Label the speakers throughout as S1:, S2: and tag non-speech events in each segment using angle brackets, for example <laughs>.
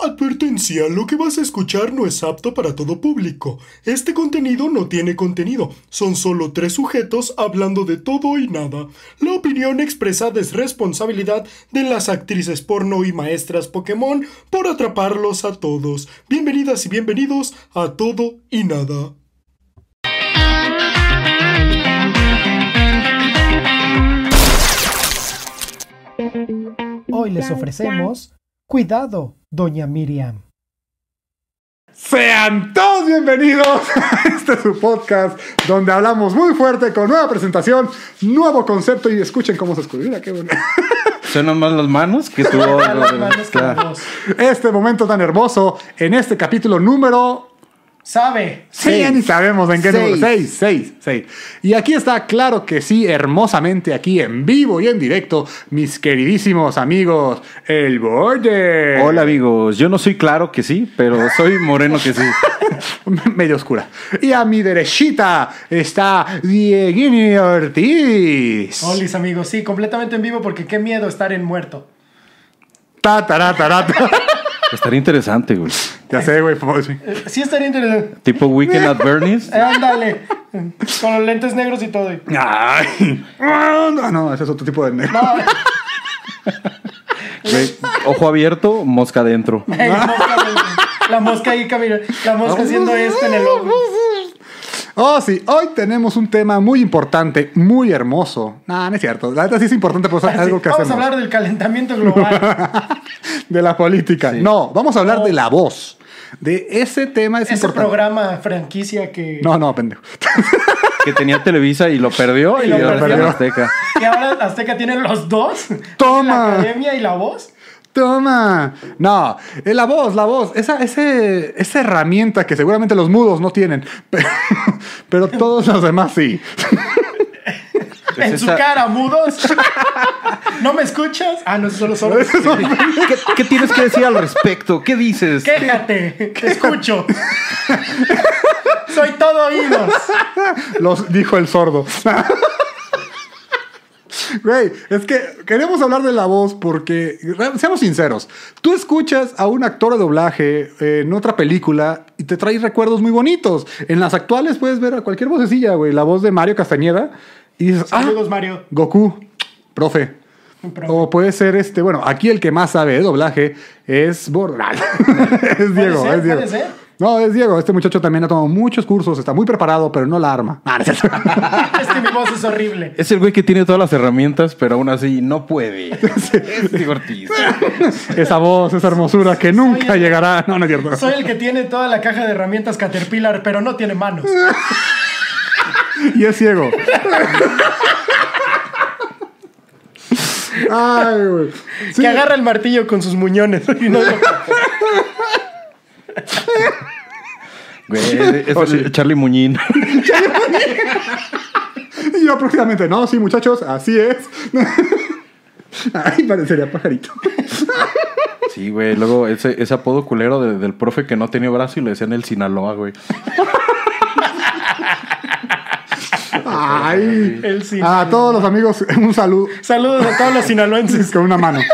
S1: Advertencia, lo que vas a escuchar no es apto para todo público. Este contenido no tiene contenido, son solo tres sujetos hablando de todo y nada. La opinión expresada es responsabilidad de las actrices porno y maestras Pokémon por atraparlos a todos. Bienvenidas y bienvenidos a todo y nada.
S2: Hoy les ofrecemos Cuidado, Doña Miriam.
S3: Sean todos bienvenidos <laughs> a este su podcast donde hablamos muy fuerte con nueva presentación, nuevo concepto y escuchen cómo se escucha. Mira qué bueno. <laughs>
S4: Suenan más las manos que tu voz.
S2: Las manos con
S4: Claro.
S2: voz.
S3: Este momento tan hermoso en este capítulo número
S2: Sabe.
S3: 6.
S4: Seis.
S3: ni sabemos en qué número.
S4: Seis.
S3: 6, 6, 6. Y aquí está, claro que sí, hermosamente aquí en vivo y en directo, mis queridísimos amigos, el Borde.
S4: Hola amigos, yo no soy claro que sí, pero soy moreno que sí.
S3: <laughs> medio oscura. Y a mi derechita está Dieguini Ortiz.
S2: Olis, amigos. Sí, completamente en vivo porque qué miedo estar en muerto.
S3: Ta, tará, tará, ta. <laughs>
S4: Estaría interesante, güey.
S3: Ya sé, güey. por favor, sí.
S2: Eh, Sí estaría interesante.
S4: Tipo Weekend at Bernie's.
S2: Eh, Ándale. Con los lentes negros y todo.
S3: Ay. Ah, No, no, ese es otro tipo de negro.
S2: No,
S4: Güey, Ojo abierto, mosca adentro.
S2: eh, la mosca- la mosca ahí camina. La mosca haciendo esto este en el ojo.
S3: Oh, sí, hoy tenemos un tema muy importante, muy hermoso. No, no es cierto. La verdad sí es importante, pero es
S2: Así,
S3: algo que
S2: Vamos
S3: hacemos.
S2: a hablar del calentamiento
S3: <laughs>
S2: global.
S3: De la política.
S4: Sí.
S3: No, vamos a hablar
S2: No.
S3: de la voz. De ese tema es
S2: Ese
S3: importante.
S2: programa franquicia que,
S3: No, no, pendejo.
S4: Que tenía Televisa y lo perdió y,
S2: Y lo
S4: ahora está en
S3: perdió.
S4: Azteca.
S2: que ahora Azteca tiene los dos.
S3: Toma.
S2: La academia y la voz.
S3: Toma. No, eh, la voz, la voz. Esa, ese, esa herramienta que seguramente los mudos no tienen, <laughs> pero, pero todos los demás sí.
S4: Es
S2: en su
S4: esa-
S2: cara, mudos. <laughs> ¿No me escuchas? Ah, no, solo
S3: <laughs>
S2: solo.
S4: ¿Qué, qué tienes que decir al respecto? ¿Qué dices?
S2: Quéjate, te
S3: <laughs>
S2: escucho. Soy todo oídos.
S3: Los dijo el sordo. Güey, es que queremos hablar de la voz porque, re- seamos sinceros, tú escuchas a un actor de doblaje eh, en otra película y te trae recuerdos muy bonitos. En las actuales puedes ver a cualquier vocecilla, güey, la voz de Mario Castañeda y dices, ah,
S2: Saludos, Mario.
S3: Goku, profe.
S2: Profe.
S3: O puede ser este, bueno, aquí el que más sabe de doblaje es Borral. <laughs> es Diego,
S2: ser,
S3: es Diego.
S2: puede ser.
S3: No, es Diego. Este muchacho también ha tomado muchos cursos, está muy preparado, pero no la arma. Ah, no es cierto.
S2: Es que mi voz es horrible.
S4: Es el güey que tiene todas las herramientas, pero aún así no <laughs> puede. Es Diego Ortiz.
S3: esa voz, esa hermosura que nunca
S2: el-
S3: llegará. No, no es cierto.
S2: Soy el que tiene toda la caja de herramientas Caterpillar, pero no tiene manos.
S3: <laughs> Y
S2: <laughs>
S3: es ciego. Ay, güey. Sí.
S2: Que agarra el martillo con sus muñones. <laughs> Y no lo-
S4: Güey, es el Charlie Muñín.
S3: Y yo próximamente, no, sí, muchachos, así es. <laughs> Ay, parecería pajarito.
S4: Sí, güey. Luego ese, ese apodo culero de- del profe que no tenía brazo y le decían el Sinaloa, güey.
S3: Ay.
S2: El sí.
S3: A todos los amigos, <laughs> un saludo.
S2: Saludos a todos los sinaloenses.
S3: Con una mano. <laughs>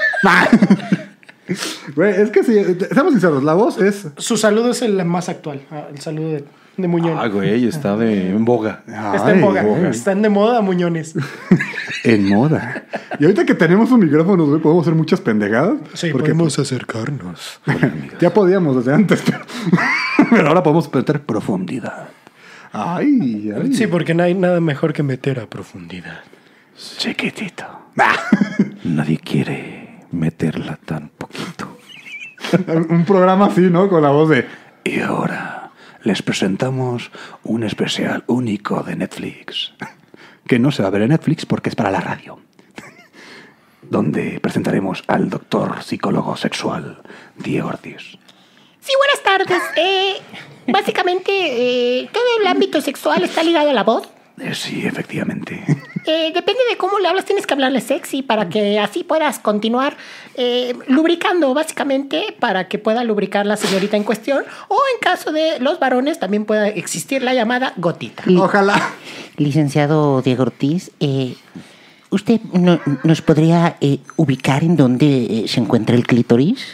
S3: Güey, es que sí, seamos sinceros, la voz es.
S2: Su saludo es el más actual. ah, El saludo de, de Muñón.
S4: Ah, güey, está de en boga.
S2: Está en
S3: Ay,
S2: boga.
S3: güey,
S2: Están de moda Muñones.
S3: En moda. Y ahorita que tenemos un micrófono, güey, podemos hacer muchas pendejadas.
S2: Sí,
S3: porque
S2: podemos
S3: acercarnos. ya podíamos desde antes, pero, pero ahora podemos meter profundidad. Ay, ay.
S2: pues, Sí, porque no hay nada mejor que meter a profundidad.
S3: Chiquitito.
S4: <laughs> Nadie quiere meterla tan poquito.
S3: <laughs> un programa así, ¿no? Con la voz de.
S5: Y ahora les presentamos un especial único de Netflix, que no se va a ver en Netflix porque es para la radio, <laughs> donde presentaremos al doctor psicólogo sexual Diego Ortiz.
S6: Sí, buenas tardes. Eh, básicamente, eh, todo el ámbito sexual está ligado a la voz.
S5: Eh, sí, efectivamente.
S6: Eh, depende de cómo le hablas, tienes que hablarle sexy para que así puedas continuar eh, lubricando, básicamente, para que pueda lubricar la señorita en cuestión. O en caso de los varones, también pueda existir la llamada gotita.
S7: Li-
S3: Ojalá.
S7: Licenciado Diego Ortiz, eh, ¿usted no- nos podría eh, ubicar en dónde eh, se encuentra el clítoris?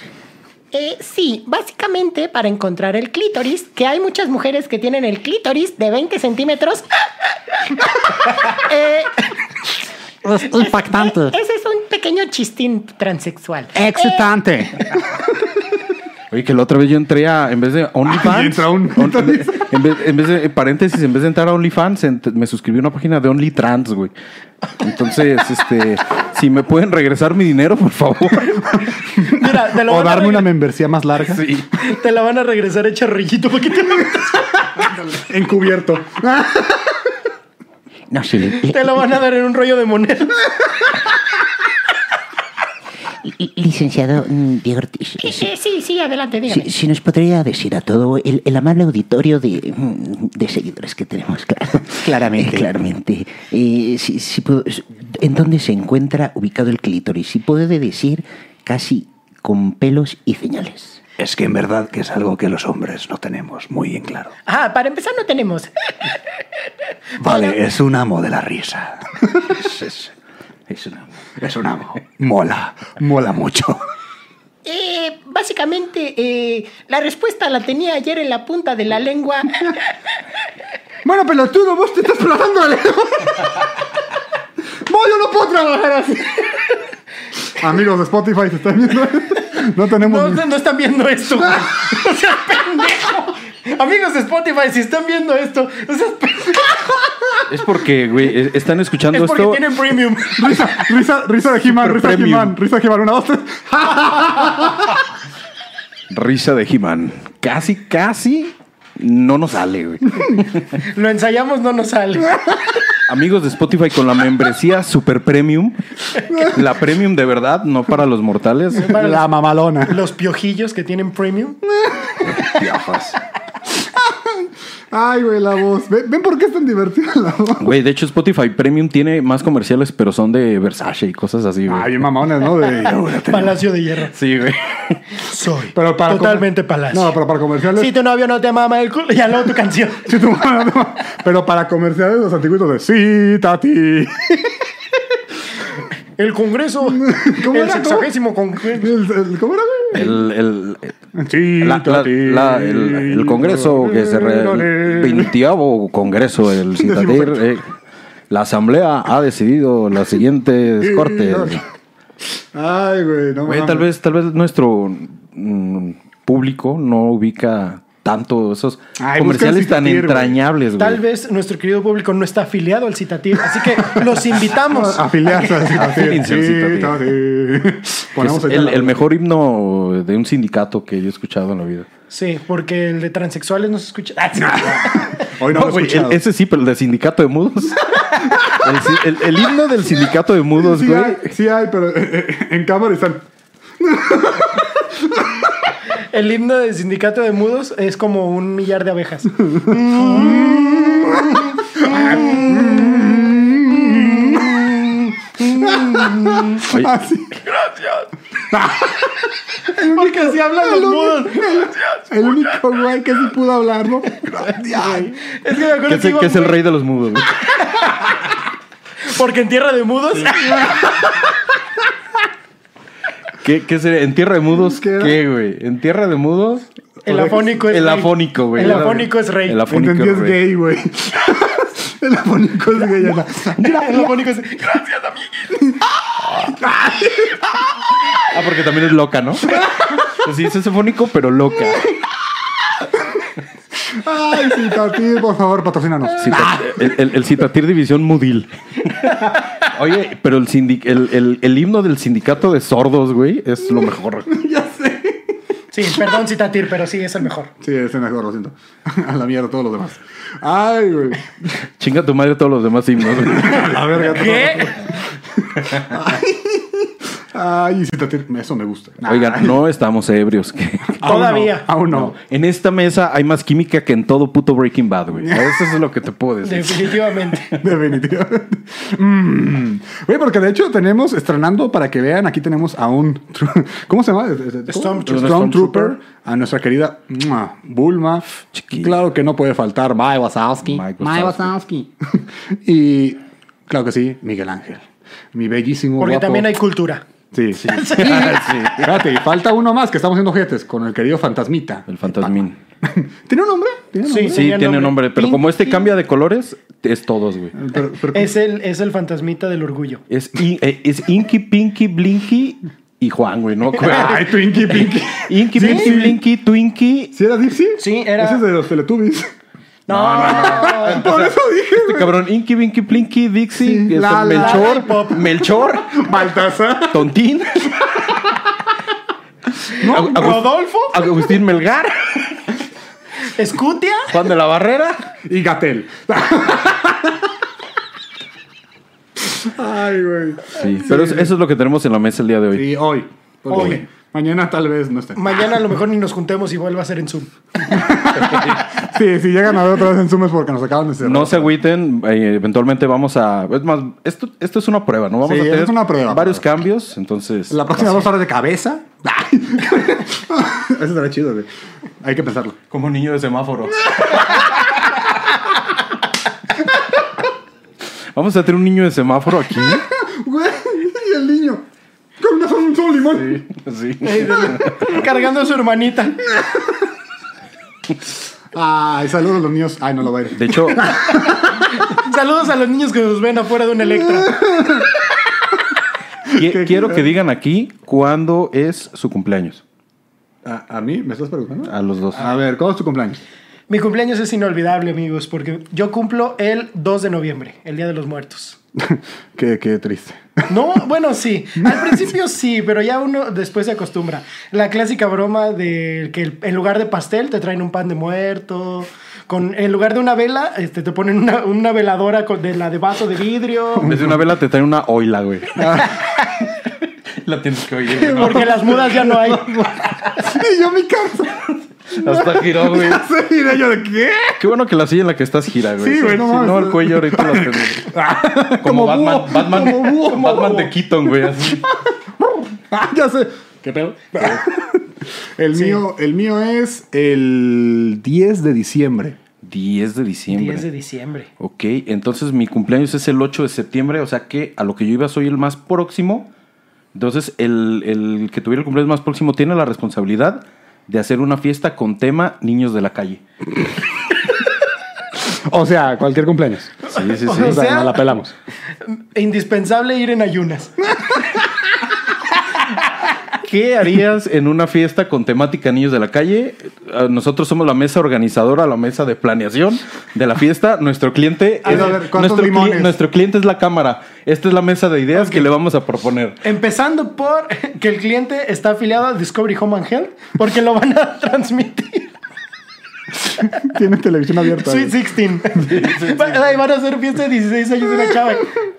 S6: Eh, sí, básicamente para encontrar el clítoris, que hay muchas mujeres que tienen el clítoris de 20 centímetros. Eh,
S7: Es impactante.
S6: ese es un pequeño chistín transexual.
S8: Eh,
S7: Excitante.
S4: Oye, que la otra vez yo entré a, en vez de
S3: Ah, y
S4: OnlyFans,
S3: entra un-
S4: on- en, vez, en vez de, en paréntesis, en vez de entrar a OnlyFans, ent- me suscribí a una página de OnlyTrans, güey. Entonces, <laughs> este, si me pueden regresar mi dinero, por favor.
S2: Mira, te lo,
S3: O
S2: van a
S3: darme
S2: reg-
S3: una membresía más larga.
S4: <laughs> Sí.
S2: <laughs> te la van a regresar hecha rollito para que te,
S3: Encubierto.
S7: No, sí. li-
S2: te la van a dar en un rollo de moneda.
S7: li- Licenciado mm, Diego Ortiz.
S6: Eh,
S7: sí.
S6: eh, sí, sí, adelante, dígame.
S7: Si, si nos podría decir a todo el, el amable auditorio de, mm, de seguidores que tenemos, claro. Claramente. <laughs> claramente. Eh, si, si puedo- ¿En dónde se encuentra ubicado el clítoris? Si puede decir casi con pelos y señales.
S5: Es que en verdad que es algo que los hombres no tenemos muy en claro.
S6: Ah, para empezar no tenemos.
S5: Vale, es un amo de la risa. Es, es- es un amo. Es un amo. Mola, mola mucho.
S6: Eh, básicamente, eh, la respuesta la tenía ayer en la punta de la lengua.
S3: Bueno, pelotudo, vos te estás plantando al Vos yo no puedo trabajar así. Amigos de Spotify, se están viendo. No tenemos.
S2: No,
S3: ni-
S2: no no están viendo
S6: <laughs>
S2: esto. güey. O sea, pendejo. Amigos de Spotify, si están viendo esto, o sea,
S4: Es porque, güey, es- están escuchando
S2: es porque
S4: esto.
S2: tienen premium.
S3: Risa, risa, risa de He-Man,
S4: Super
S3: risa de
S4: premium.
S3: He-Man, risa de He-Man, una, dos, tres.
S4: Risa de He-Man. Casi, casi no nos sale, güey.
S2: Lo ensayamos, no nos sale.
S4: Amigos de Spotify con la membresía Super Premium. La Premium de verdad, no para los mortales.
S2: <laughs> Para
S3: La mamalona.
S2: Los piojillos que tienen premium.
S4: Piafas.
S3: Ay, güey, la voz. Ve- ¿Ven, por qué es tan divertida la voz?
S4: Güey, de hecho Spotify Premium tiene más comerciales, pero son de Versace y cosas así, güey.
S3: Ay, bien mamona, ¿no? De-
S2: Palacio de hierro.
S4: sí, güey.
S2: Soy.
S3: pero para
S2: Totalmente palacio.
S3: No, pero para comerciales.
S2: Si tu novio no te mama el culo, ya luego tu canción.
S3: <laughs> Sí, tu mamá, <laughs> no. Pero para comerciales, los antiguitos de sí,
S4: <laughs>
S3: Tati.
S2: El Congreso.
S3: <laughs> ¿Cómo
S2: el
S3: era?
S2: sexagésimo Congreso.
S3: El- el- ¿Cómo era, güey?
S4: El, el,
S3: Sí,
S4: la- la-
S3: Tati.
S4: la- el, el congreso que se re,
S3: Dale.
S4: 20º congreso del Citatir. eh, la asamblea ha decidido las siguientes cortes.
S3: Ay, güey, no
S4: Güey,
S3: mames.
S4: tal vez, tal vez nuestro mm, público no ubica tanto esos
S3: Ay,
S4: comerciales
S3: busca el
S4: tan
S3: Citatir, güey.
S4: entrañables, güey.
S2: Tal vez nuestro querido público no está afiliado al citativo, así que los
S3: <laughs>
S2: invitamos.
S3: Afiliarse
S4: <laughs>
S3: al Citatir.
S4: Afíliense al
S3: Sí,
S4: Citatir.
S3: Tati.
S4: <laughs> Que es
S3: Ponemos ahí
S4: el,
S3: la-
S4: el mejor himno de un sindicato que yo he escuchado en la vida.
S2: Sí, porque el de transexuales no se escucha. Ah,
S4: <laughs>
S2: sí.
S3: Hoy no,
S4: No,
S3: lo he
S4: güey,
S3: escuchado.
S4: el- ese sí, pero el de sindicato
S3: <laughs>
S4: de mudos. el, si- el- el himno del sindicato de mudos,
S3: Sí
S4: güey.
S3: hay, sí hay, pero eh, eh, en cámara están. <laughs>
S2: El himno del sindicato de mudos es como un millar de
S4: <laughs>
S2: abejas.
S4: Oye,
S3: Así.
S2: <laughs> Porque así hablan
S4: <laughs>
S2: los mudos.
S3: El único güey que sí pudo hablar,
S4: <laughs>
S3: ¿no?
S2: Es que me acuerdo
S4: que
S2: que,
S4: es, el-
S2: iba
S4: que es el
S2: muy-
S4: rey de los mudos, güey.
S2: Porque en tierra de mudos.
S4: ¿Qué, qué sería? ¿En tierra de mudos
S3: ¿Qué
S4: qué,
S3: era?
S4: güey? ¿En tierra de mudos?
S2: <laughs> El afónico es
S4: El
S2: rey.
S4: afónico, güey.
S2: El afónico es rey.
S4: El afónico
S3: Entendí,
S4: es
S3: es
S4: rey.
S3: gay, güey. <laughs> El afónico es gay. Ana.
S2: El afónico es. Gracias, amigo.
S4: Ah, porque también es loca, ¿no? Pues sí, es afónico, pero loca.
S3: Ay, Citatir, por favor, patrocínanos.
S4: Cita- el, el- el Citatir División Mudil. Oye, pero el, sindi- el, el- el himno del sindicato de sordos, güey, es lo mejor.
S2: Sí, perdón, Citatir, pero sí, es el mejor.
S4: <laughs>
S3: Sí, ese es mejor, lo siento. <laughs> A la mierda, todos los demás. Ay, güey.
S4: Chinga tu madre todos los demás himnos. güey.
S3: A la verga. todo.
S4: Ah,
S2: ¿Qué?
S3: Ay, Citatir, eso me gusta. Nah,
S4: Ah. Oigan, no estamos ebrios.
S3: aún no,
S2: Todavía.
S4: Ah,
S3: Aún no.
S4: En esta mesa hay más química que en todo puto Breaking
S3: <laughs>
S4: Bad, güey. Eso es lo que te puedo decir.
S2: Definitivamente.
S3: Definitivamente. Mm. Güey, porque de hecho tenemos, estrenando para que vean, aquí tenemos a un. tru- ¿Cómo se llama? Eh, ¿Cómo?
S2: Stormtrooper.
S3: Stormtrooper. A nuestra querida mua, Bulma.
S4: Chiquilla.
S3: Claro que no puede faltar Mike Wazowski.
S4: Mike
S3: Mike <laughs> Wazowski. y claro que sí, Miguel Ángel. Mi bellísimo.
S2: Porque
S3: guapo.
S2: también hay cultura.
S3: Sí,
S2: <laughs>
S3: sí. Espérate, y falta uno más que estamos haciendo jetes con el querido Fantasmita.
S4: <laughs> El fantasmín.
S3: <laughs> ¿Tiene un nombre? Ah, ¿Tiene un
S2: Sí,
S4: Sí,
S2: tenía
S4: tiene
S2: nombre.
S4: nombre, pero como este
S2: Pinky.
S4: cambia de colores, es todos, güey.
S3: nombre? Pero- pero-
S2: Es el, es el fantasmita del orgullo.
S4: Es, in- eh, es Inky, Pinky, Blinky y Juan, güey, ¿no?
S3: <laughs> Ay, Twinkie, Pinky.
S4: Inky,
S3: Sí,
S4: Pinky,
S3: sí.
S4: Blinky, Twinky.
S3: ¿Sí era Dipsy?
S2: Sí, era-
S3: Ese es de los Teletubbies. <laughs>
S2: No,
S3: Por eso dije,
S4: Este cabrón, Inky, Pinky, Blinky, Dixie,
S3: Sí,
S4: este,
S3: la, la,
S4: Melchor, Melchor,
S3: Baltasar. <laughs>
S4: Tontín, Agu- Agu-
S2: Rodolfo,
S4: Agustín Melgar,
S2: Escutia.
S4: Juan de la Barrera.
S3: Y Gatel. Ay, güey.
S4: Sí, pero es- eso es lo que tenemos en la mesa el día de hoy.
S3: Sí, hoy. Porque
S2: Hoy.
S3: Mañana tal vez no esté.
S2: Mañana a lo mejor ni nos juntemos y vuelva a ser en Zoom.
S3: Sí, si llegan a ver otra vez en Zoom es porque nos acaban de cerrar.
S4: No se agüiten, eh, eventualmente vamos a. Es más, esto, esto es una prueba, ¿no? Vamos
S3: Sí,
S4: a tener
S3: es una prueba.
S4: varios cambios, entonces.
S3: La próxima vamos a hablar de cabeza. Ay. <laughs> Eso estará chido, güey. Hay que pensarlo.
S4: Como un niño de semáforo. <laughs> Vamos a tener un niño de semáforo
S3: <laughs>
S4: aquí.
S3: Güey, y el niño. Con una sola- un solo limón.
S4: Sí.
S2: Cargando a su hermanita.
S3: Ay, saludos a los niños. Ay, no lo va a ir.
S4: De
S3: <laughs>
S4: hecho,
S2: Saludos a los niños que nos ven afuera de un Electra.
S4: qui- quiero que digan aquí cuándo es su cumpleaños.
S3: ¿A, a mí? ¿Me estás preguntando?
S4: A los dos.
S3: A ver, ¿cuándo es tu cumpleaños? <laughs>
S2: Mi cumpleaños es inolvidable, amigos, porque yo cumplo el 2 de noviembre, el Día de los Muertos.
S3: qué, qué triste.
S4: <laughs>
S2: No, bueno, sí. Al principio sí, pero ya uno después se acostumbra. La clásica broma de que el- en lugar de pastel te traen un pan de muerto. Con, en lugar de una vela, este, te ponen una, una veladora con- de la de vaso de vidrio.
S4: En vez de una vela te traen una
S3: <laughs>
S4: oila, güey. La tienes que oír. güey, <laughs> ¿no?
S2: Porque las mudas ya no
S4: <laughs>
S2: hay.
S3: y yo mi casa.
S4: Hasta giró, güey.
S3: <laughs> Sí, y yo de <laughs> qué.
S4: Qué bueno que la silla en la que estás gira, güey.
S3: Sí, güey, no
S4: Si
S3: mames.
S4: no, el cuello ahorita
S3: <laughs>
S4: las tenés. Como, Batman,
S3: búho,
S4: Batman,
S3: como búho, como
S4: Batman
S3: búho.
S4: de Keaton,
S3: <laughs>
S4: güey. así.
S3: Ah, ya sé. ¿Qué pedo? <laughs> el, mío, el mío es el 10 de diciembre.
S4: 10 de diciembre.
S2: 10 de diciembre.
S4: Ok, entonces mi cumpleaños es el 8 de septiembre, o sea que a lo que yo iba soy el más próximo. Entonces, el, el que tuviera el cumpleaños más próximo tiene la responsabilidad de hacer una fiesta con tema niños de la calle.
S3: O sea, cualquier cumpleaños.
S4: Sí, sí, sí.
S2: O sea,
S3: nos la pelamos.
S2: Indispensable ir en ayunas.
S4: ¿Qué harías en una fiesta con temática niños de la calle? Eh, Nosotros somos la mesa organizadora, la mesa de planeación de la fiesta. Nuestro cliente,
S3: A
S4: es,
S3: ver, ¿cuántos
S4: nuestro, cli-
S3: limones?
S4: nuestro cliente es la cámara. Esta es la mesa de ideas que le vamos a proponer.
S2: Empezando por que el cliente está afiliado a Discovery Home and Health porque lo van a <laughs> transmitir.
S3: <laughs> Tiene televisión abierta.
S2: Sweet
S4: <laughs>
S2: 16. Va- ay, Van a hacer fiesta de 16 años de una chava.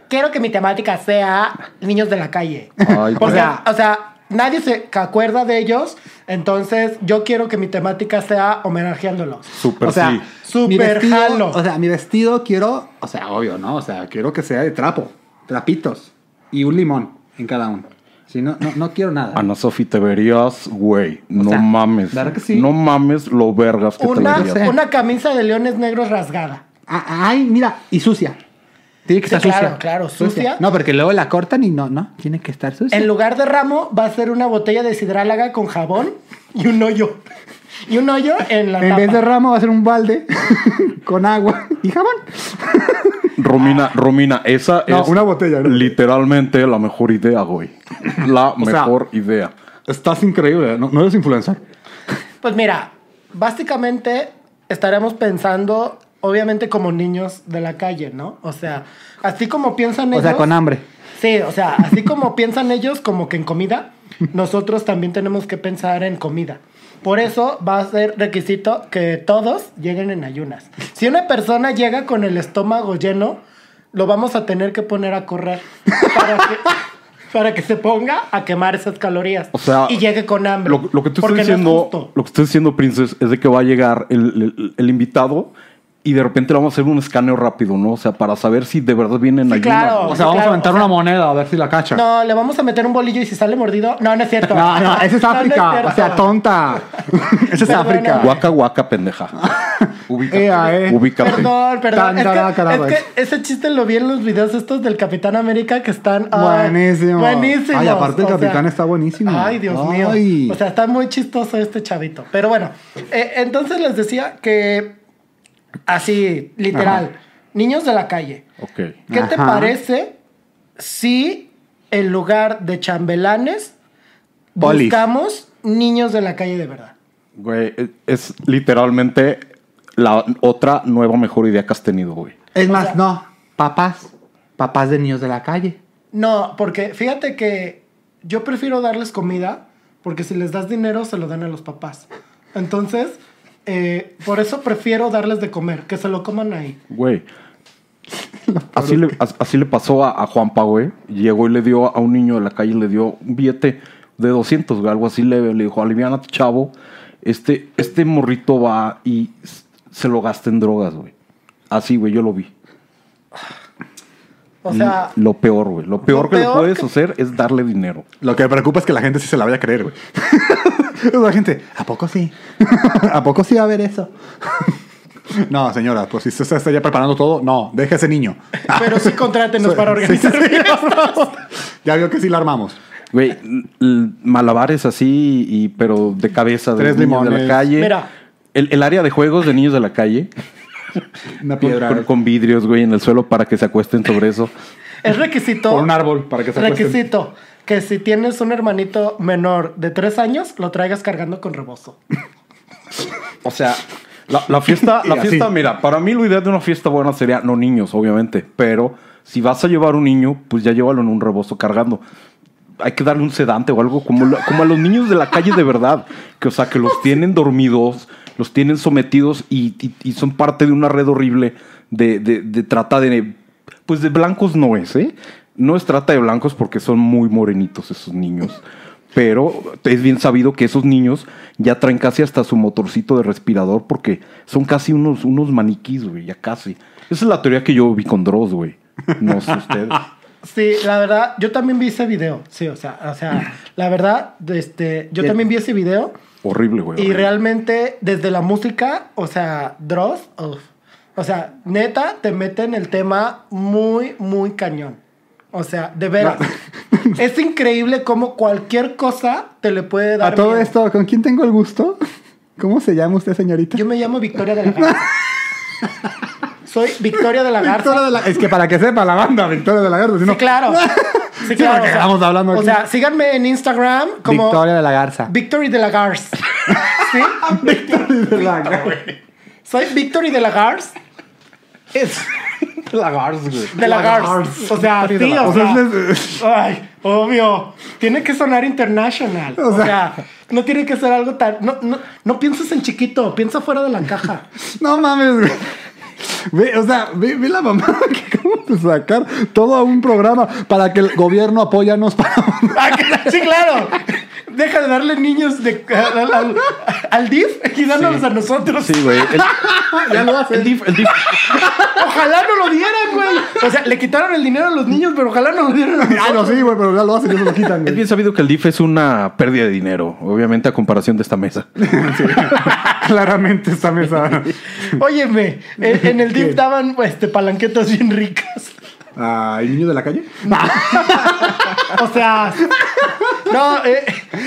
S6: Quiero que mi temática sea niños de la calle.
S4: Ay,
S2: O
S4: pues.
S2: sea, o sea, nadie se acuerda de ellos. Entonces, yo quiero que mi temática sea homenajeándolos.
S4: Súper
S2: o sea,
S4: sí.
S3: Mi
S2: super
S3: vestido,
S2: jalo.
S3: O sea, mi vestido quiero, o sea, obvio, ¿no? O sea, quiero que sea de trapo, trapitos y un limón en cada uno. Si no, no, no quiero nada.
S4: Ana Sofi, te verías, güey. No
S3: sea,
S4: mames.
S3: ¿verdad que sí?
S4: No mames lo vergas que
S2: una,
S4: te verías.
S3: sé.
S2: una camisa de leones negros rasgada.
S3: A- Ah, Ay, mira, y sucia. Tiene que
S2: Sí,
S3: estar
S2: claro,
S3: sucia.
S2: claro, sucia.
S3: No, porque luego la cortan y no, no. Tiene que estar sucia.
S2: En lugar de ramo, va a ser una botella de sidrálaga con jabón y un hoyo. <laughs> Y un hoyo en la
S3: En
S2: tapa.
S3: vez de ramo va a ser un balde <laughs> con agua y jabón.
S4: Romina, Romina, esa
S3: No,
S4: es
S3: una botella, una botella.
S4: literalmente la mejor idea, güey. La
S3: sea,
S4: mejor idea.
S3: Estás increíble, no, eres influencer.
S2: Pues mira, básicamente estaremos pensando, obviamente, como niños de la calle, ¿no? O sea, así como piensan
S3: O
S2: ellos.
S3: sea, con hambre.
S2: Sí, o sea, así como <laughs> piensan ellos, como que en comida, nosotros también tenemos que pensar en comida. Por eso va a ser requisito que todos lleguen en ayunas. Si una persona llega con el estómago lleno, lo vamos a tener que poner a correr para que, <laughs> para que se ponga a quemar esas calorías
S4: O sea,
S2: y llegue con hambre.
S4: Lo, lo que tú estás
S2: Porque no es
S4: diciendo,
S2: justo.
S4: lo que estás diciendo, Princess, es de que va a llegar el, el- el invitado y de repente le vamos a hacer un escaneo rápido, ¿no? O sea, para saber si de verdad vienen
S2: Sí,
S4: ayunas,
S2: claro.
S4: güey.
S3: O sea, vamos
S2: claro,
S3: a aventar
S2: o sea-
S3: una moneda a ver si la cacha. No,
S2: No, le vamos a meter un bolillo y si sale mordido. No, no es cierto.
S3: <laughs> no, ese es
S2: No, no
S3: África.
S2: cierto.
S3: o sea, tonta. <laughs> ese es
S2: Perdona.
S3: África.
S4: Guaca, guaca, pendeja. <laughs> Ubícate.
S3: Ea, eh.
S4: Ubícate.
S2: Perdón, perdón. Es
S3: Tandara, carajo.
S2: que, es que ese chiste lo vi en los videos estos del Capitán América que están. ay,
S3: Buenísimo.
S2: Buenísimos.
S3: Ay, aparte el
S2: o sea,
S3: capitán está buenísimo.
S2: Ay, Dios
S3: Ay.
S2: mío. O sea, está muy chistoso este chavito. Pero bueno, eh, entonces les decía que. Así, literal. Niños de la calle.
S4: Ok.
S2: ¿Qué te
S3: Ajá.
S2: parece si en lugar de chambelanes
S3: Polis.
S2: buscamos niños de la calle de verdad?
S4: Güey, es- es literalmente la otra nueva mejor idea que has tenido, güey.
S3: Es más, no. Papás. Papás de niños de la calle.
S2: No, porque fíjate que yo prefiero darles comida porque si les das dinero se lo dan a los papás. Entonces, eh, por eso prefiero darles de comer, que se lo coman ahí. <laughs>
S4: Güey. Así le, as- así le pasó a, a Juanpa, güey. Llegó y le dio a un niño de la calle, le dio un billete de 200, güey, algo así leve. Le dijo, aliviana, chavo, este, este morrito va y s- se lo gasta en drogas, güey. Así, güey, yo lo vi.
S2: O sea,
S3: Mm. <laughs>
S4: lo peor, güey. Lo peor que
S2: peor
S4: le puedes
S2: que-
S4: hacer es darle dinero.
S3: Lo que me preocupa es que la gente sí se la vaya a creer, güey. <laughs> la gente, ¿a poco sí? <laughs> ¿A poco sí va a haber eso? <laughs> no, señora, pues si usted se está ya preparando todo, no, deja a ese niño.
S2: pero sí contrátenos para
S3: Sí, sí,
S2: organizar.
S3: sí, <laughs> ya vio que sí la armamos.
S4: Güey, l- l- malabares así, y, pero de cabeza de
S3: Tres
S4: niños de
S3: limones.
S4: la calle.
S2: Mira.
S4: El, el área de juegos de niños de la calle.
S3: <laughs> Una
S4: Con,
S3: piedra.
S4: con- con vidrios, güey, en el suelo para que se acuesten sobre eso.
S2: Es requisito.
S3: Por un árbol, para que se acuesten.
S2: Requisito. Que si tienes un hermanito menor de tres años, lo traigas cargando con rebozo.
S4: O sea, la, la
S3: <laughs>
S4: fiesta, la
S3: Y así.
S4: fiesta, mira, para mí la idea de una fiesta buena sería, no niños, obviamente, pero si vas a llevar un niño, pues ya llévalo en un rebozo cargando. Hay que darle un sedante o algo como, lo- como a los niños de la calle de verdad, que o sea, que los tienen dormidos, los tienen sometidos y, y- y son parte de una red horrible de, de- de trata de... Pues de blancos no es, ¿eh? No es trata de blancos porque son muy morenitos esos niños. Pero es bien sabido que esos niños ya traen casi hasta su motorcito de respirador porque son casi unos, unos maniquís, güey, ya casi. Esa es la teoría que yo vi con Dross, güey. No sé ustedes.
S2: Sí, la verdad, yo también vi ese video. Sí, o sea, o sea, la verdad, este, yo también vi ese video
S4: Horrible, güey.
S2: y
S4: horrible.
S2: realmente desde la música, o sea, Dross, uf. o sea, neta, te meten el tema muy, muy cañón. O sea, de veras. <laughs> es increíble cómo cualquier cosa te le puede dar.
S3: A todo
S2: miedo.
S3: esto, ¿con quién tengo el gusto? ¿Cómo se llama usted, señorita?
S2: Yo me llamo Victoria de la Garza.
S3: <laughs>
S2: Soy Victoria de la Garza.
S3: Victoria de la- Es que para que sepa la banda, Victoria de la Garza. si no-
S2: Sí, claro. Sí,
S3: Sí,
S2: claro. o
S3: porque
S2: sea,
S3: estamos hablando
S2: O
S3: aquí.
S2: sea, síganme en Instagram como
S3: Victoria de la Garza.
S2: Victory de la Garza. ¿Sí?
S3: Victoria de la Garza.
S2: Soy Victory de la Garza. Es <laughs> de la Garza. O sea, sí, o
S3: O sea,
S2: sea.
S3: es-
S2: Ay, obvio. Tiene que sonar international. O sea, no tiene que ser algo tan. No, no, no pienses en chiquito, piensa fuera de la caja.
S3: No mames, güey. Ve, o sea, ve, ve la mamada <laughs> que acabamos de sacar todo a un programa para que el gobierno apóyanos para...
S2: <laughs>
S3: <laughs>
S2: Ah, que- sí, claro. Deja de darle niños de, al, al- al DIF y dándolos a nosotros.
S4: Sí, güey. El,
S3: <laughs> ya lo hacen.
S4: el dif- <laughs> el dif-
S2: Ojalá no lo dieran, güey. O sea, le quitaron el dinero a los niños, pero ojalá no lo dieran a
S3: Ah, no,
S2: nosotros.
S3: sí, güey, pero ya lo hacen, ya se lo quitan.
S4: es
S3: güey.
S4: bien sabido que el DIF es una pérdida de dinero, obviamente a comparación de esta <laughs> mesa.
S3: <laughs> Claramente esta <laughs> mesa...
S2: Óyeme, en, en el DIF daban este, palanquetas bien ricas.
S3: Ah, ¿El niño de la calle?
S2: <laughs> O sea, no, eh,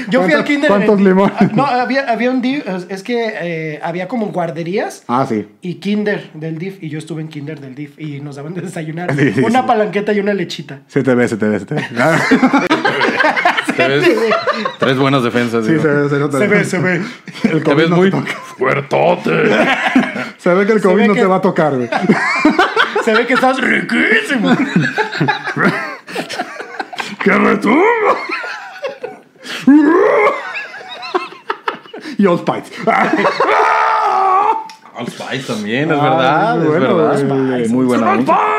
S2: yo fui
S3: ¿Cuántos-
S2: al kinder. en el
S3: cuántos
S2: DIF.
S3: limones?
S2: Ah, No, había, había un DIF, es- es que eh, había como guarderías
S3: Ah, sí.
S2: y kinder del DIF. Y yo estuve en kinder del DIF y nos daban de desayunar
S3: Sí, sí,
S2: una
S3: sí.
S2: palanqueta y una lechita.
S3: Se te ve, se te ve, Ah, se te ve.
S4: Te ves- tres buenas
S3: <laughs>
S4: defensas.
S3: <laughs> Sí,
S4: digo.
S3: se ve, se nota.
S2: Se ve, se ve.
S3: <laughs> El
S4: Te
S3: COVID
S4: ves
S3: no
S4: muy
S3: te toca.
S4: fuertote.
S3: <laughs> Se ve que el
S2: Se ve
S3: COVID no
S2: que-
S3: te va a tocar, <laughs> güey.
S2: Se ve que estás riquísimo.
S3: ¡Qué retumbo! <laughs> y Old Spice.
S4: Old Spice también, es
S3: Ah,
S4: verdad,
S3: muy
S4: es
S3: bueno,
S4: verdad.
S3: güey.
S4: Muy buena. onda.
S3: <laughs>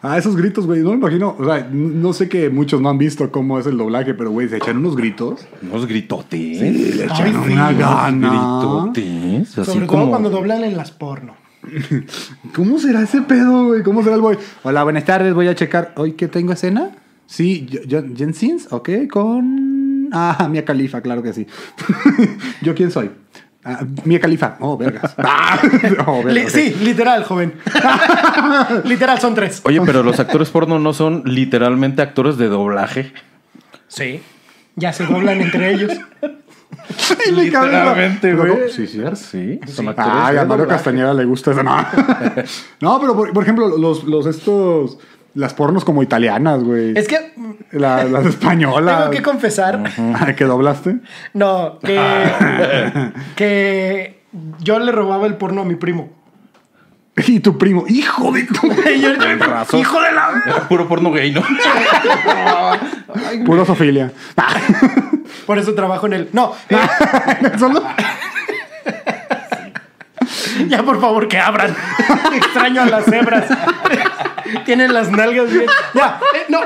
S3: Ah, esos gritos, güey. No me imagino. O sea, no sé que muchos no han visto cómo es el doblaje, pero, güey, se echan unos gritos.
S4: Unos gritotes.
S3: Le echan una gana.
S4: Gritotes. Así
S2: Sobre todo
S4: como.
S2: cuando doblan en las porno.
S3: ¿Cómo será ese pedo, güey? ¿Cómo será el boy? Hola, buenas tardes, voy a checar. ¿Hoy qué tengo escena? Sí, yo- yo- Jensins, ok, con. Ah, Mia Califa, claro que sí. <laughs> ¿Yo quién soy? Ah, Mia Califa.
S2: <laughs>
S3: Oh, vergas. Ah, <laughs> oh, vergas,
S2: Li-
S3: ok.
S2: sí, literal, joven. <laughs> literal, son tres.
S4: Oye, pero <laughs> los actores porno no son literalmente actores de doblaje.
S2: Sí. Ya se doblan entre ellos.
S3: Sí, Mia Khalifa.
S4: Literalmente,
S3: Pero,
S4: güey.
S3: no, Sí, cierto.
S4: Sí, son actores.
S3: Ah,
S4: de
S3: a Mario
S4: doblaje.
S3: Castañeda le gusta esa. No, no pero por, por ejemplo, los, los estos. Las pornos como italianas, güey.
S2: Es que mm,
S3: La- las españolas.
S2: tengo que confesar,
S3: Ah, ¿Que doblaste?
S2: no,
S3: <laughs>
S2: que, que yo le robaba el porno a mi primo.
S3: Y tu primo, hijo de
S2: <laughs>
S3: tu
S2: Y yo- Hijo de la...
S4: Era puro porno gay, <laughs> ¿no?
S3: Puro Ah, sofilia.
S2: Por eso trabajo en él. No, eh,
S3: <laughs> Solo-
S2: ya por favor que abran. <laughs> Extraño a las cebras. <laughs> Tienen las nalgas bien. Ya, eh, no.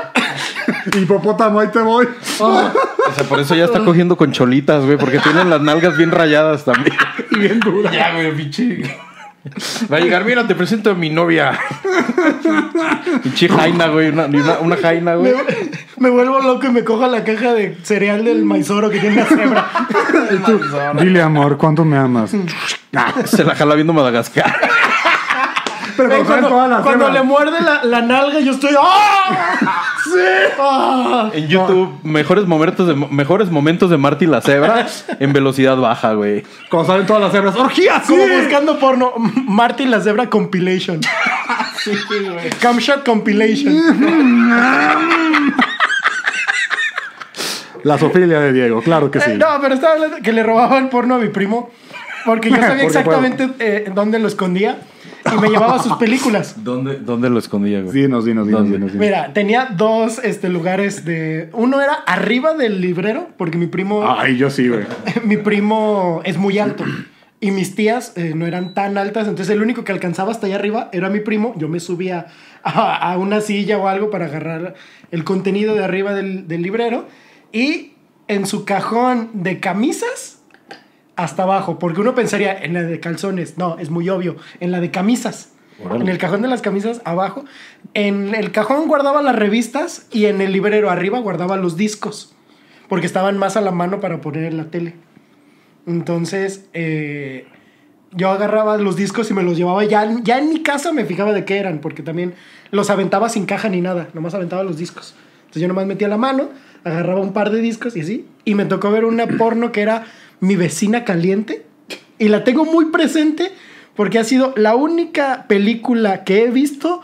S3: Hipopótamo, ahí te voy.
S4: O sea, por eso ya está cogiendo con cholitas, güey, porque tienen las nalgas bien rayadas también.
S3: Y bien dura.
S4: Ya, güey, pinche. Va a llegar, mira, te presento a mi <laughs> novia. Pinche jaina, güey, una, ni una, una jaina, <laughs> güey.
S2: Me vuelvo loco y me cojo la caja de cereal del maizoro que tiene la cebra.
S3: Y tú, Dile, amor, ¿cuánto me amas? Ah,
S4: Se la jala viendo Madagascar.
S3: <laughs> Pero
S2: Ey,
S3: con
S2: cuando
S3: todas las
S2: cuando le
S3: cebras.
S2: muerde la, la nalga, yo estoy. ¡Ah! ¡Sí! ¡Ah!
S4: En YouTube, mejores momentos de mejores momentos de Marty la cebra en velocidad baja, güey.
S3: Cuando salen todas las cebras. ¡Orgías!
S2: Como
S3: sí!
S2: buscando porno. Martin la Zebra
S3: <laughs>
S2: Compilation. Camshot Compilation.
S3: La sofilia de Diego, claro que sí.
S2: Eh, no, pero estaba hablando que le robaba el porno a mi primo. Porque
S3: <laughs>
S2: yo sabía
S3: Porque
S2: exactamente eh, dónde lo escondía. Y me llevaba sus
S3: <laughs>
S2: películas.
S4: ¿Dónde, dónde lo escondía, güey?
S3: Dinos, dinos, dinos, dinos. dinos.
S2: Mira, tenía dos este, lugares de. Uno era arriba del librero, porque mi primo.
S3: Ay, yo sí, güey.
S2: mi primo es muy alto. Y mis tías eh, no eran tan altas, entonces el único que alcanzaba hasta allá arriba era mi primo. Yo me subía a, a una silla o algo para agarrar el contenido de arriba del, del librero. Y en su cajón de camisas, hasta abajo. Porque uno pensaría en la de calzones. No, es muy obvio. En la de camisas. En el cajón de las camisas, abajo. En el cajón guardaba las revistas y en el librero arriba guardaba los discos porque estaban más a la mano para poner en la tele. Entonces, eh, yo agarraba los discos y me los llevaba. Ya, en- ya en mi casa me fijaba de qué eran, porque también los aventaba sin caja ni nada, nomás aventaba los discos. Entonces yo nomás metía la mano, agarraba un par de discos y así. Y me tocó ver una porno que era Mi vecina caliente. Y la tengo muy presente porque ha sido la única película que he visto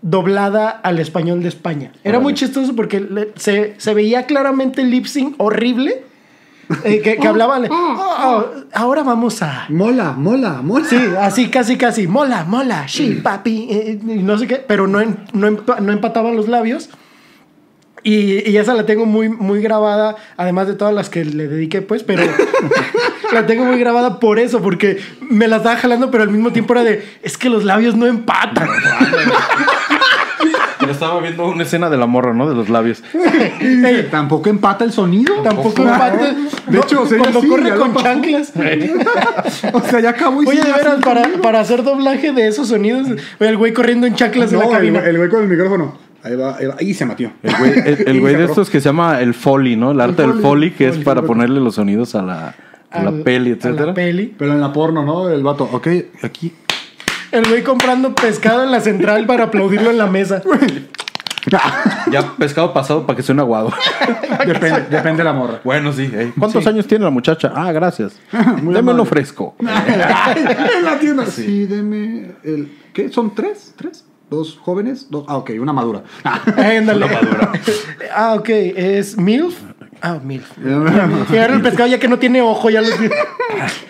S2: doblada al español de España. Era muy chistoso porque le- se, se veía claramente el lip sync horrible eh, que, que hablaban. "Oh, oh, ahora vamos a.
S3: Mola, mola, mola.
S2: Sí, así, casi, casi. Mola, mola, sí, papi. eh, y no sé qué, pero no, en- no, emp- no empataban los labios. Y, y esa la tengo muy, muy grabada, además de todas las que le dediqué, pues,
S3: <laughs>
S2: pero la tengo muy grabada por eso, porque me la estaba jalando, pero al mismo tiempo era de, es que los labios no empatan.
S4: Pero estaba viendo una escena de la morra, ¿no? De los labios.
S2: <laughs> Ey,
S3: Tampoco empata el sonido.
S2: tampoco empatan.
S3: De hecho, sería
S2: cuando
S3: así, ya
S2: corre
S3: lo
S2: con
S3: pasó.
S2: chanclas.
S3: <laughs> o sea, ya acabó y
S2: Oye,
S3: Pues sí,
S2: de
S3: ya
S2: veras,
S3: sí.
S2: para, para hacer doblaje de esos sonidos, el güey corriendo en chanclas en
S3: No,
S2: la
S3: el
S2: cabina.
S3: güey- el güey con el micrófono. Ahí va, ahí va. Y se matió.
S4: El güey, el- el güey de estos que se llama el foley, ¿no? El arte del
S3: foley,
S4: foley, que es
S3: foley,
S4: para
S3: foley.
S4: ponerle los sonidos a la, a la
S2: Al-
S4: peli,
S2: a la
S4: etcétera.
S2: peli.
S3: Pero en la porno, ¿no? El vato, ok, aquí.
S2: El güey comprando pescado en la central para aplaudirlo en la mesa.
S4: Ya pescado pasado para que suene <laughs> aguado.
S3: <laughs> Depende, depende de la morra.
S4: Bueno, sí. eh. ¿Cuántos años tiene la muchacha? Ah, <laughs> gracias.
S3: Muy
S4: Dame
S3: amable.
S4: uno fresco.
S3: en la tienda. Sí, deme el. ¿Qué? ¿Son tres? ¿Tres? ¿Dos jóvenes? Dos. Ah, ok, una madura.
S2: Ándale. ah, ok. ¿Es MILF? Ah, MILF. Y ahora el pescado ya que no tiene ojo, ya lo
S3: <laughs> el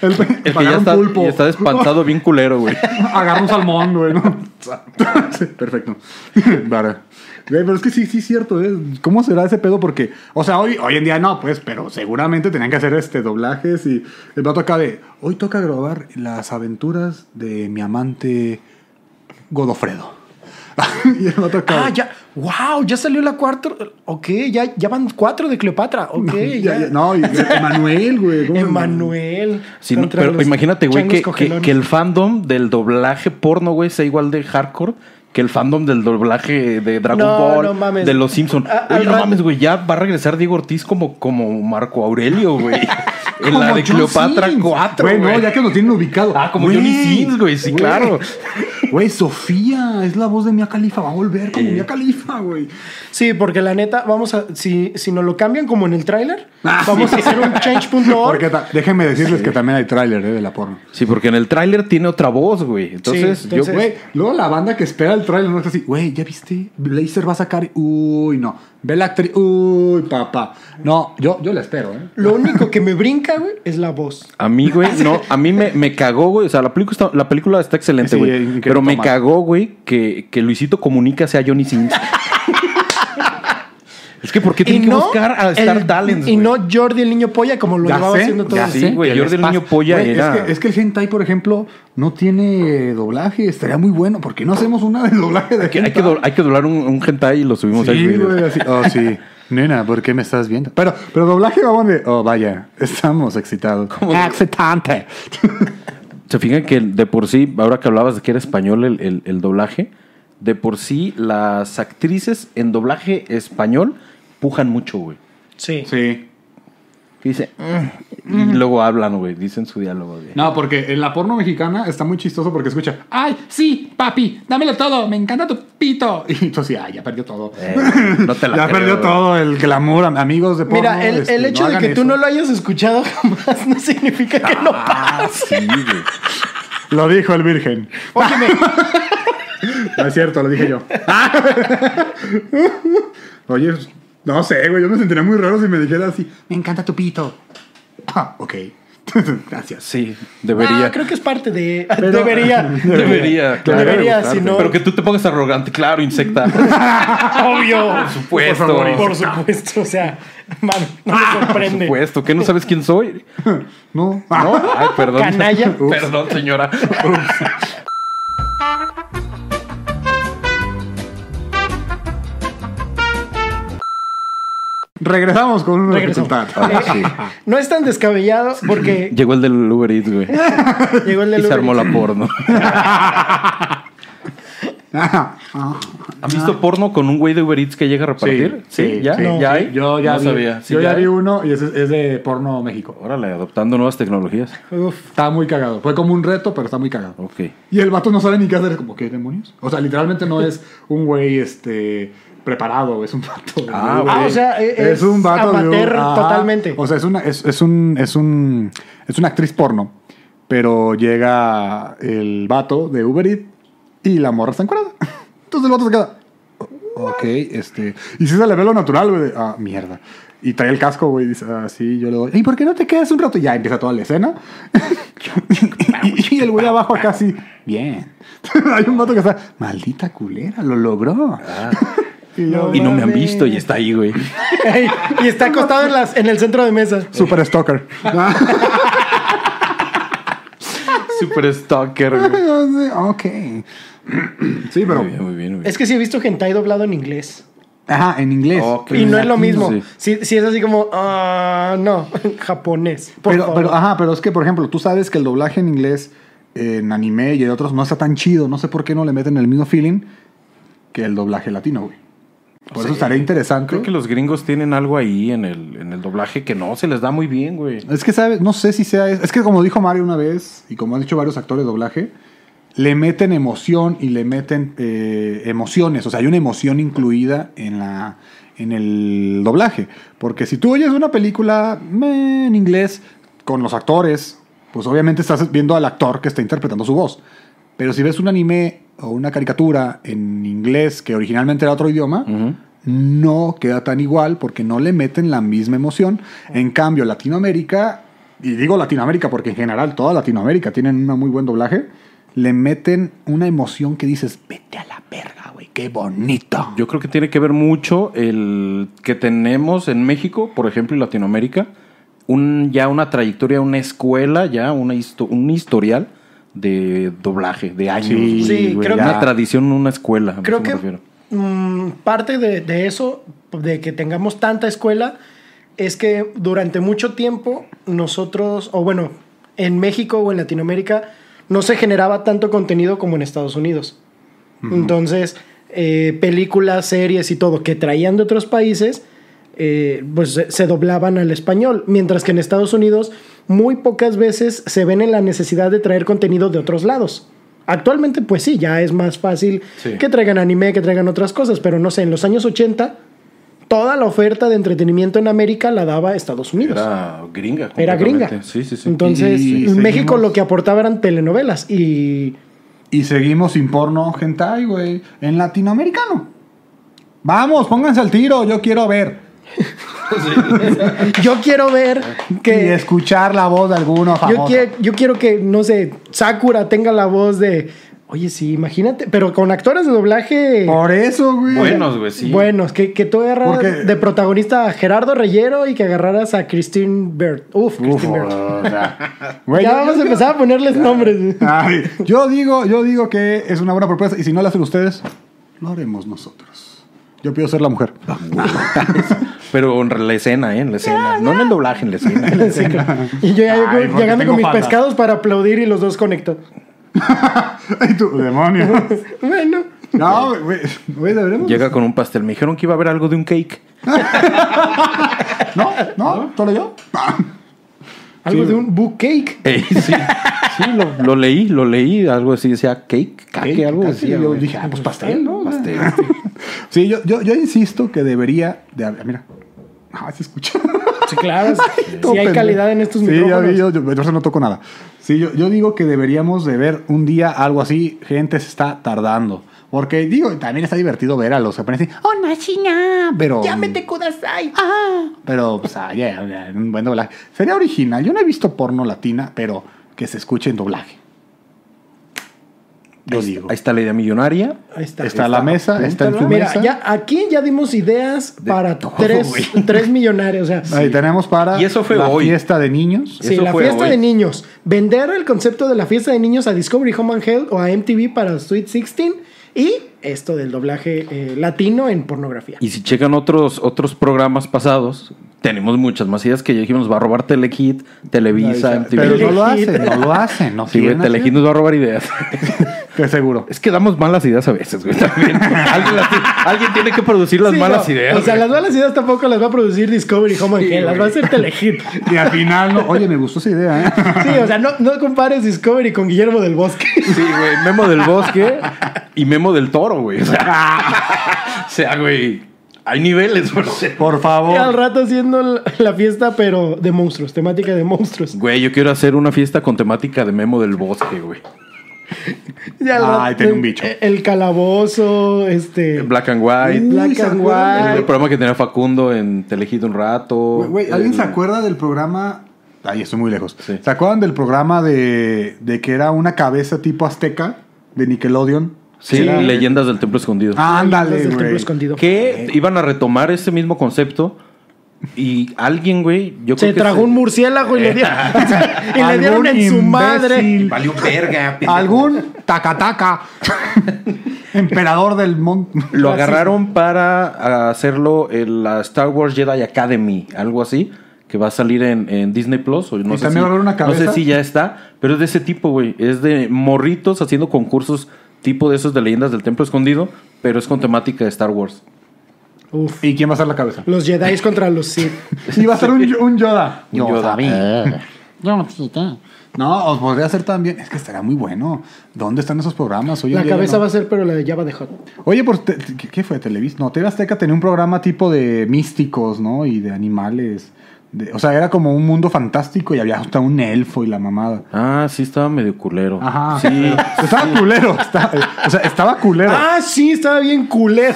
S4: El que ya está, y está despantado bien culero, güey.
S3: Agarra un salmón, güey. ¿no? <laughs> Sí, Perfecto. <laughs> Vale. Güey, pero es que sí, sí es cierto, ¿eh? ¿Cómo será ese pedo? Porque, o sea, hoy, hoy en día no, pues, pero seguramente tenían que hacer este doblajes y el vato acá de, hoy toca grabar las aventuras de mi amante Godofredo. <laughs> y el vato acá de,
S2: Ah, ya. ¡Wow! Ya salió la cuarta. Ok, ya, ya van cuatro de Cleopatra. Ok,
S3: Ya,
S2: ya.
S3: ya, no, y Emanuel, güey. ¿cómo?
S2: Emanuel.
S4: Sí, no,
S2: contra
S4: pero
S2: los
S4: imagínate, güey,
S2: changos
S4: que, que,
S2: cogelones.
S4: que el fandom del doblaje porno, güey, sea igual de hardcore que el fandom del doblaje de Dragon
S2: No,
S4: Ball,
S2: no mames.
S4: de Los Simpsons.
S2: A- al
S4: Oye, no
S2: rato-
S4: mames, güey, ya va a regresar Diego Ortiz como, como Marco Aurelio, güey. en
S3: Como
S4: la de
S3: John
S4: Cleopatra
S3: Sims.
S4: 4,
S3: Güey,
S4: güey.
S3: no, ya que lo tienen ubicado.
S4: Ah, como Johnny Sins, güey, sí, claro.
S3: Güey, Sofía es la voz de Mia Khalifa. Va a volver como Mia Khalifa, güey.
S2: Sí, porque la neta, vamos a. Si, si nos lo cambian como en el tráiler, vamos a hacer un change.org.
S3: Ah, Porque ta- déjenme decirles que también hay tráiler eh, de la porno.
S4: Sí, porque en el tráiler tiene otra voz, güey. Entonces,
S2: Sí,
S4: yo,
S2: entonces-
S4: güey,
S3: Güey, luego la banda que espera el tráiler no es así, güey, ¿ya viste? Blazer va a sacar, uy, no. Ve la actriz, uy, papá. No, yo, yo la espero, ¿eh?
S2: Lo único que me brinca, güey, es la voz.
S4: a mí,
S3: <laughs>
S4: güey, no, a mí me, me cagó, güey. O sea, la película está, la película está excelente,
S3: Sí,
S4: güey.
S3: increíble
S4: pero me
S3: tomate.
S4: cagó, güey, que, que Luisito Comunica sea Johnny Sins. es que, ¿por qué tiene que buscar a Star
S2: el-
S4: Talents,
S2: Y
S4: güey?
S2: no Jordi el niño polla, como lo
S3: Ya
S2: llevaba
S3: sé,
S2: haciendo todo
S3: ya
S2: el-
S4: sí,
S3: sé
S4: güey,
S3: que
S4: Jordi
S3: les
S4: el niño
S3: pasa.
S4: polla
S3: Güey,
S4: era-
S3: Es que, es que el hentai, por ejemplo, no tiene doblaje. Estaría muy bueno. ¿Por qué no hacemos una de doblaje de
S4: Que hay, que
S3: hentai?
S4: do- hay que doblar un, un hentai y lo subimos ahí,
S3: Sí,
S4: güey.
S3: güey,
S4: <laughs>
S3: así. Oh, sí. Nena, ¿por qué me estás viendo? Pero, pero doblaje vamos de... Oh, vaya, estamos excitados. Excitante.
S4: Se fijan que de por sí, ahora que hablabas de que era español el, el- el doblaje, de por sí las actrices en doblaje español pujan mucho, güey.
S2: Sí.
S3: Sí.
S4: Que Dice, "Mm", y luego hablan, güey, dicen su diálogo,
S3: <laughs>
S4: güey.
S3: No, porque en la porno mexicana está muy chistoso porque escucha, ay, sí, papi, dámelo todo, me encanta tu pito. <laughs> Y tú así, ay, ya perdió todo.
S4: Eh, no te la
S3: ya
S4: creo,
S3: perdió
S4: güey.
S3: todo el glamour, am- amigos de porno.
S2: Mira, el,
S3: este,
S2: el hecho de
S3: hagan
S2: que tú
S3: eso.
S2: no lo hayas escuchado <laughs> jamás no significa que no
S4: Ah, sí, güey.
S3: Lo dijo el virgen.
S2: Óyeme,
S3: <laughs> No es cierto, lo dije <laughs> yo. Oye, no sé, güey, yo me sentiría muy raro si me dijera así, me encanta tu pito. Ah, ok. <laughs> Gracias.
S4: Sí, debería.
S2: ah, creo que es parte de.
S3: <laughs> Pero-
S2: debería.
S4: Debería, claro.
S2: Debería, si no.
S4: Pero que tú te pongas arrogante, claro, insecta.
S2: <laughs> Obvio.
S4: Por supuesto. Ah,
S3: Por favor,
S2: Por supuesto, o sea, man, no me
S4: Por
S2: sorprende.
S4: supuesto. ¿Que no sabes quién soy?
S3: No.
S4: ¿No? Ay, perdón.
S2: Canalla.
S4: Perdón, señora.
S3: Regresamos Ah, con un
S2: Regresamos.
S3: resultado.
S2: No es tan descabellado porque
S4: Llegó el del Uber Eats, güey.
S2: llegó el
S4: Y
S2: del
S4: se
S2: Uber
S4: armó
S2: Eats.
S4: la porno.
S3: Ajá. Ah.
S4: ¿Han visto porno con un güey de Uber Eats que llega a repartir? Sí, ya,
S3: sí.
S4: ya hay.
S3: Yo ya
S4: no
S3: vi,
S4: sabía. ¿Sí
S3: yo ya
S4: hay?
S3: vi uno y es, es de porno México.
S4: Órale, adoptando nuevas tecnologías.
S2: Uf,
S3: Está muy cagado. Fue como un reto, pero está muy cagado.
S4: Ok.
S3: Y el vato no sabe ni qué hacer. Como, ¿qué demonios? O sea, literalmente no es un güey este, preparado. Es un vato. de-
S4: Ah,
S2: Ah,
S4: güey.
S2: o sea, e- es,
S3: de un-
S2: amateur
S3: ajá.
S2: totalmente.
S3: O sea, es una, es, es un, es un, es una actriz porno. Pero llega el vato de Uber Eats y la morra está encuerada. <laughs> Entonces el vato se queda. "O- Ok, este. Y si se le ve lo natural, güey. de, Ah, mierda. Y trae el casco, güey. y Dice, ah, sí, yo le doy. ¿Y por qué no te quedas un rato? Y ya empieza toda la escena. <laughs> y el güey abajo acá así. Bien. <laughs> Hay un vato que está. Maldita culera, lo logró. <laughs> y yo,
S4: Ah. Y no me han
S2: Mames.
S4: visto y está ahí, güey.
S2: Ey, y está acostado en, las, en el centro de mesa.
S3: "Ah, Super
S4: <laughs>
S3: stalker.
S4: <laughs>
S3: <laughs> Ah,
S4: Super stalker, güey.
S3: ok. <clears throat> Sí, pero.
S4: Muy bien, muy bien, muy bien.
S2: Es que sí he visto hentai doblado en inglés.
S3: Ajá, en inglés.
S4: Ok.
S2: Y no es lo mismo.
S4: Latino, sí.
S2: Si, si es así como, ah, no, <laughs> japonés. por
S3: Pero,
S2: favor.
S3: pero, ajá, pero es que, por ejemplo, tú sabes que el doblaje en inglés, eh, en anime y en otros, no está tan chido. No sé por qué no le meten el mismo feeling que el doblaje latino, güey. Por eso estaría interesante.
S4: Creo que los gringos tienen algo ahí en el, en el doblaje que no se les da muy bien, güey.
S3: Es que, ¿sabes? No sé si sea. Es que, como dijo Mario una vez, y como han dicho varios actores de doblaje, le meten emoción y le meten eh, emociones. O sea, hay una emoción incluida en la en el doblaje. Porque si tú oyes una película meh, en inglés con los actores, pues obviamente estás viendo al actor que está interpretando su voz. Pero si ves un anime o una caricatura en inglés que originalmente era otro idioma, no queda tan igual porque no le meten la misma emoción. En cambio, Latinoamérica, y digo Latinoamérica porque en general toda Latinoamérica tienen un muy buen doblaje, le meten una emoción que dices, vete a la verga, güey, qué bonito.
S4: Yo creo que tiene que ver mucho el que tenemos en México, por ejemplo, y Latinoamérica, un, ya una trayectoria, una escuela, ya una histo- un historial de doblaje, de años.
S3: Sí,
S4: güey.
S2: Sí, güey, creo
S4: una
S2: que-
S4: tradición, una escuela. a
S2: Creo
S4: eso me
S2: que
S4: refiero.
S2: mm, parte de, de eso, de que tengamos tanta escuela, es que durante mucho tiempo nosotros, o bueno, en México o en Latinoamérica, no se generaba tanto contenido como en Estados Unidos. Entonces, eh, películas, series y todo que traían de otros países, eh, pues se, se doblaban al español. Mientras que en Estados Unidos, muy pocas veces se ven en la necesidad de traer contenido de otros lados. Actualmente, pues sí, ya es más fácil
S4: Sí.
S2: que traigan anime, que traigan otras cosas, pero no sé, en los años 80, toda la oferta de entretenimiento en América la daba Estados Unidos.
S4: Era gringa.
S2: Era
S4: completamente.
S2: gringa.
S4: Sí, sí, sí.
S2: Entonces,
S3: Y
S2: en México
S3: seguimos.
S2: lo que aportaba eran telenovelas y
S3: Y seguimos sin porno hentai, güey. En latinoamericano. Vamos, pónganse al tiro, yo quiero ver.
S2: yo quiero ver
S4: Ah,
S3: Y
S2: que
S3: escuchar la voz de alguno
S2: yo,
S3: famoso.
S2: quie- yo quiero que no sé, Sakura tenga la voz de, oye, sí, imagínate, pero con actores de doblaje
S3: Por eso, güey.
S4: Buenos, güey, sí.
S2: buenos, que, que tú agarraras
S3: Porque-
S2: de protagonista a Gerardo Reyero y que agarraras a Christine Bird. Uf,
S3: Uf,
S2: Christine Bird.
S3: o sea, güey,
S2: ya
S3: yo-
S2: vamos a
S3: yo-
S2: empezar a ponerles
S3: <laughs>
S2: nombres.
S3: Ay, yo digo, yo digo que es una buena propuesta y si no la hacen ustedes, lo haremos nosotros. Yo pido ser
S2: <laughs>
S3: la mujer.
S4: Pero en la escena, ¿eh? En la escena. No en el doblaje, en la escena.
S2: <laughs>
S4: <laughs>
S2: Sí, claro. y yo ya
S3: Ay,
S2: llego-
S3: porque
S2: llegando
S3: tengo
S2: con mis
S3: falda.
S2: pescados para aplaudir y los dos conectados.
S3: Ay, tú, demonio.
S2: Bueno,
S3: No, güey, güey, deberemos.
S4: Llega con un pastel. Me dijeron que iba a haber algo de un cake.
S3: No,
S2: Ah.
S3: no, solo yo.
S2: algo de un bookcake.
S4: Ey, sí, sí lo, lo leí, lo leí. Algo así decía cake, cake,
S3: Cake,
S4: algo
S3: cake,
S4: así.
S3: y yo dije, ah, pues pastel, ¿no? Ah,
S4: Pastel.
S3: Sí, pues. yo, yo, yo insisto que debería de haber. Mira. Ah, se escucha. <laughs>
S2: Sí, claro. <laughs> Si
S3: Todo
S2: hay
S3: pendejo.
S2: calidad en estos
S3: sí,
S2: micrófonos.
S3: ya vi, yo, yo, yo no toco nada. Sí, yo, yo digo que deberíamos de ver un día algo así. Gente se está tardando. Porque digo, también está divertido ver a los japoneses. ¡Oh, Nashina! Pero.
S6: Llámete Kudasai.
S3: Pero, pues, ah, ya, ya, un buen doblaje. Sería original. Yo no he visto porno latina, pero que se escuche en doblaje. Yo digo.
S4: Ahí está la idea millonaria.
S2: Ahí está.
S3: Está, la mesa, está en tu
S2: Mira,
S3: mesa.
S2: ya aquí ya dimos ideas para tres, tres millonarios. O sea,
S3: Ahí tenemos para
S4: Y eso fue
S3: la
S4: hoy.
S3: fiesta de niños.
S2: sí,
S4: eso
S2: la
S4: fue
S2: fiesta
S4: hoy.
S2: de niños. Vender el concepto de la fiesta de niños a Discovery Home and Health o a MTV para Sweet 16 y esto del doblaje eh, latino en pornografía.
S4: Y si checan otros, otros programas pasados, tenemos muchas más ideas que ya dijimos, nos va a robar Telehit, Televisa, MTV.
S3: Pero no lo
S2: Telehit.
S3: hacen, no lo hacen. No
S4: <laughs> Sí, güey,
S3: quieren
S4: Telehit nos va a
S3: <laughs>
S4: robar ideas.
S3: hacer. Te seguro.
S4: Es que damos malas ideas a veces, güey,
S3: <laughs>
S4: también. alguien, las tiene- alguien tiene que producir las
S2: Sí,
S4: malas
S2: no,
S4: ideas.
S2: O sea,
S4: güey.
S2: las malas ideas tampoco las va a producir Discovery Home and Health, las va a hacer Telehit.
S3: Y al final, no. Oye, me gustó esa idea, ¿eh?
S2: Sí, o sea, no, no compares Discovery con Guillermo del Bosque.
S4: Sí, güey, Memo del Bosque y Memo del Toro, güey. O sea,
S3: <laughs>
S4: o sea, güey, hay niveles, por ser.
S2: <laughs>
S3: Por favor.
S2: al rato haciendo la- la fiesta, pero de monstruos, temática de monstruos.
S4: Güey, yo quiero hacer una fiesta con temática de Memo del Bosque, güey.
S2: Ya al
S3: Ay,
S2: rato-
S3: tenía un bicho.
S2: eh, El calabozo, este.
S4: Black and White.
S2: Uy, Black
S3: ¿se
S2: and
S3: acuerdan?
S4: El
S2: White.
S4: programa que tenía Facundo en Telehit un
S3: <laughs>
S4: rato.
S3: Uh, Güey, güey, ¿alguien
S4: El-
S3: se acuerda del programa? Ay, estoy muy lejos.
S4: Oh, Sí.
S3: ¿Se acuerdan del programa de, de que era una cabeza tipo azteca de Nickelodeon?
S4: Sí,
S3: Era-
S4: Leyendas del Templo Escondido.
S3: Ah, ándale,
S2: Desde el templo
S3: güey.
S2: escondido.
S4: Que iban a retomar ese mismo concepto y alguien, güey, yo creo
S2: Se
S4: que
S2: tragó un murciélago y le
S4: <laughs>
S2: dieron, <laughs> y le dieron
S3: Algún
S2: en su
S3: imbécil.
S2: madre.
S4: Valió verga. pendejo.
S3: Algún tacataca. <laughs> Emperador del monte.
S4: Lo agarraron para ah, hacerlo en la Star Wars Jedi Academy, algo así, que va a salir en, en Disney Plus. O no,
S3: Y
S4: sé
S3: también
S4: si,
S3: va a haber una
S4: no sé
S3: cabeza.
S4: si ya está, pero es de ese tipo, güey. Es de morritos haciendo concursos tipo de esos de leyendas del templo escondido, pero es con temática de Star Wars.
S2: Uf.
S3: ¿Y quién va a ser la cabeza?
S2: Los
S4: <laughs>
S2: Jedi contra los Sith.
S3: Iba a ser un, un Yoda.
S4: Un Yoda.
S3: No, os podría hacer también. Es que estará muy bueno. ¿Dónde están esos programas? Hoy en
S2: La
S3: día ya
S2: cabeza
S3: no.
S2: va a ser, pero la de Java de Hot.
S3: Oye, por te- te- ¿qué- ¿qué fue? Televisa. No, TV Azteca tenía un programa tipo de místicos, ¿no? Y de animales. De- o sea, era como un mundo fantástico y había hasta un elfo y la mamada.
S4: Ah, sí, estaba medio culero.
S3: Ajá.
S4: Sí.
S3: Estaba culero. estaba- o sea, estaba culero.
S2: Ah, sí, estaba bien culero.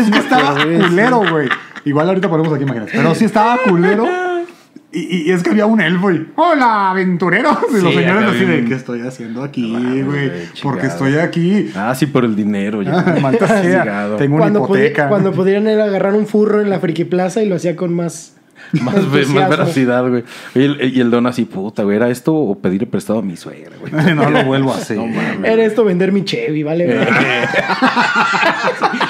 S3: Es que estaba culero, güey. Igual ahorita ponemos aquí imágenes. Pero sí estaba culero. Y, y es que había un elfo y ¡Hola, aventureros! Y los
S4: Sí,
S3: señores
S4: acá
S3: así de
S4: bien.
S3: ¿Qué estoy haciendo aquí,
S4: mames,
S3: güey?
S4: güey,
S3: Porque
S4: chingado.
S3: estoy aquí.
S4: Ah, sí, por el dinero. Ya.
S3: <laughs> Maldita sea,
S4: Chingado.
S3: Tengo una
S2: Cuando, pudi-
S3: hipoteca.
S2: cuando pudieran era agarrar un furro en la Friki Plaza y lo hacía con más
S4: <laughs> Más, ve- más
S2: Entusiasmo.
S4: veracidad, güey. Y el, y el don así, puta, güey, ¿era esto o pedirle prestado a mi suegra,
S3: <laughs>
S4: güey?
S3: No lo vuelvo a hacer.
S4: <laughs> No mames.
S2: Era esto vender mi Chevy, ¿vale?
S4: Eh.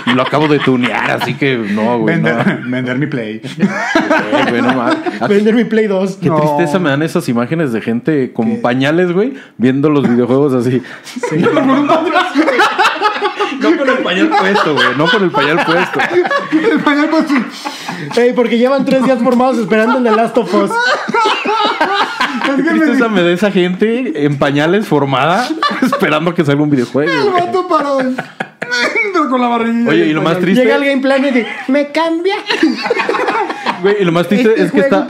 S4: Y lo acabo de tunear, así que no, güey. no.
S3: Vender, <laughs> vender mi play.
S4: Güey, güey,
S3: <laughs>
S4: no mames.
S2: <laughs>
S4: Ah,
S2: vender mi Play 2.
S4: Qué tristeza me dan esas imágenes de gente con pañales, güey, viendo los videojuegos así. No, con un pañal- no con el pañal puesto, güey. No con el pañal puesto.
S3: El pañal con su-
S2: Ey, porque llevan tres días formados esperando el de Last of
S4: <laughs>
S2: Us.
S3: Es que
S4: Qué
S3: me
S4: tristeza me da esa gente en pañales formada <laughs> esperando que salga un videojuego.
S3: dijo el
S4: güey.
S3: vato paró. Pero con la barriguilla.
S4: Oye, y lo más triste,
S2: Llega el game plan y dice, me cambia.
S4: güey, y lo más
S3: este
S4: triste es que está,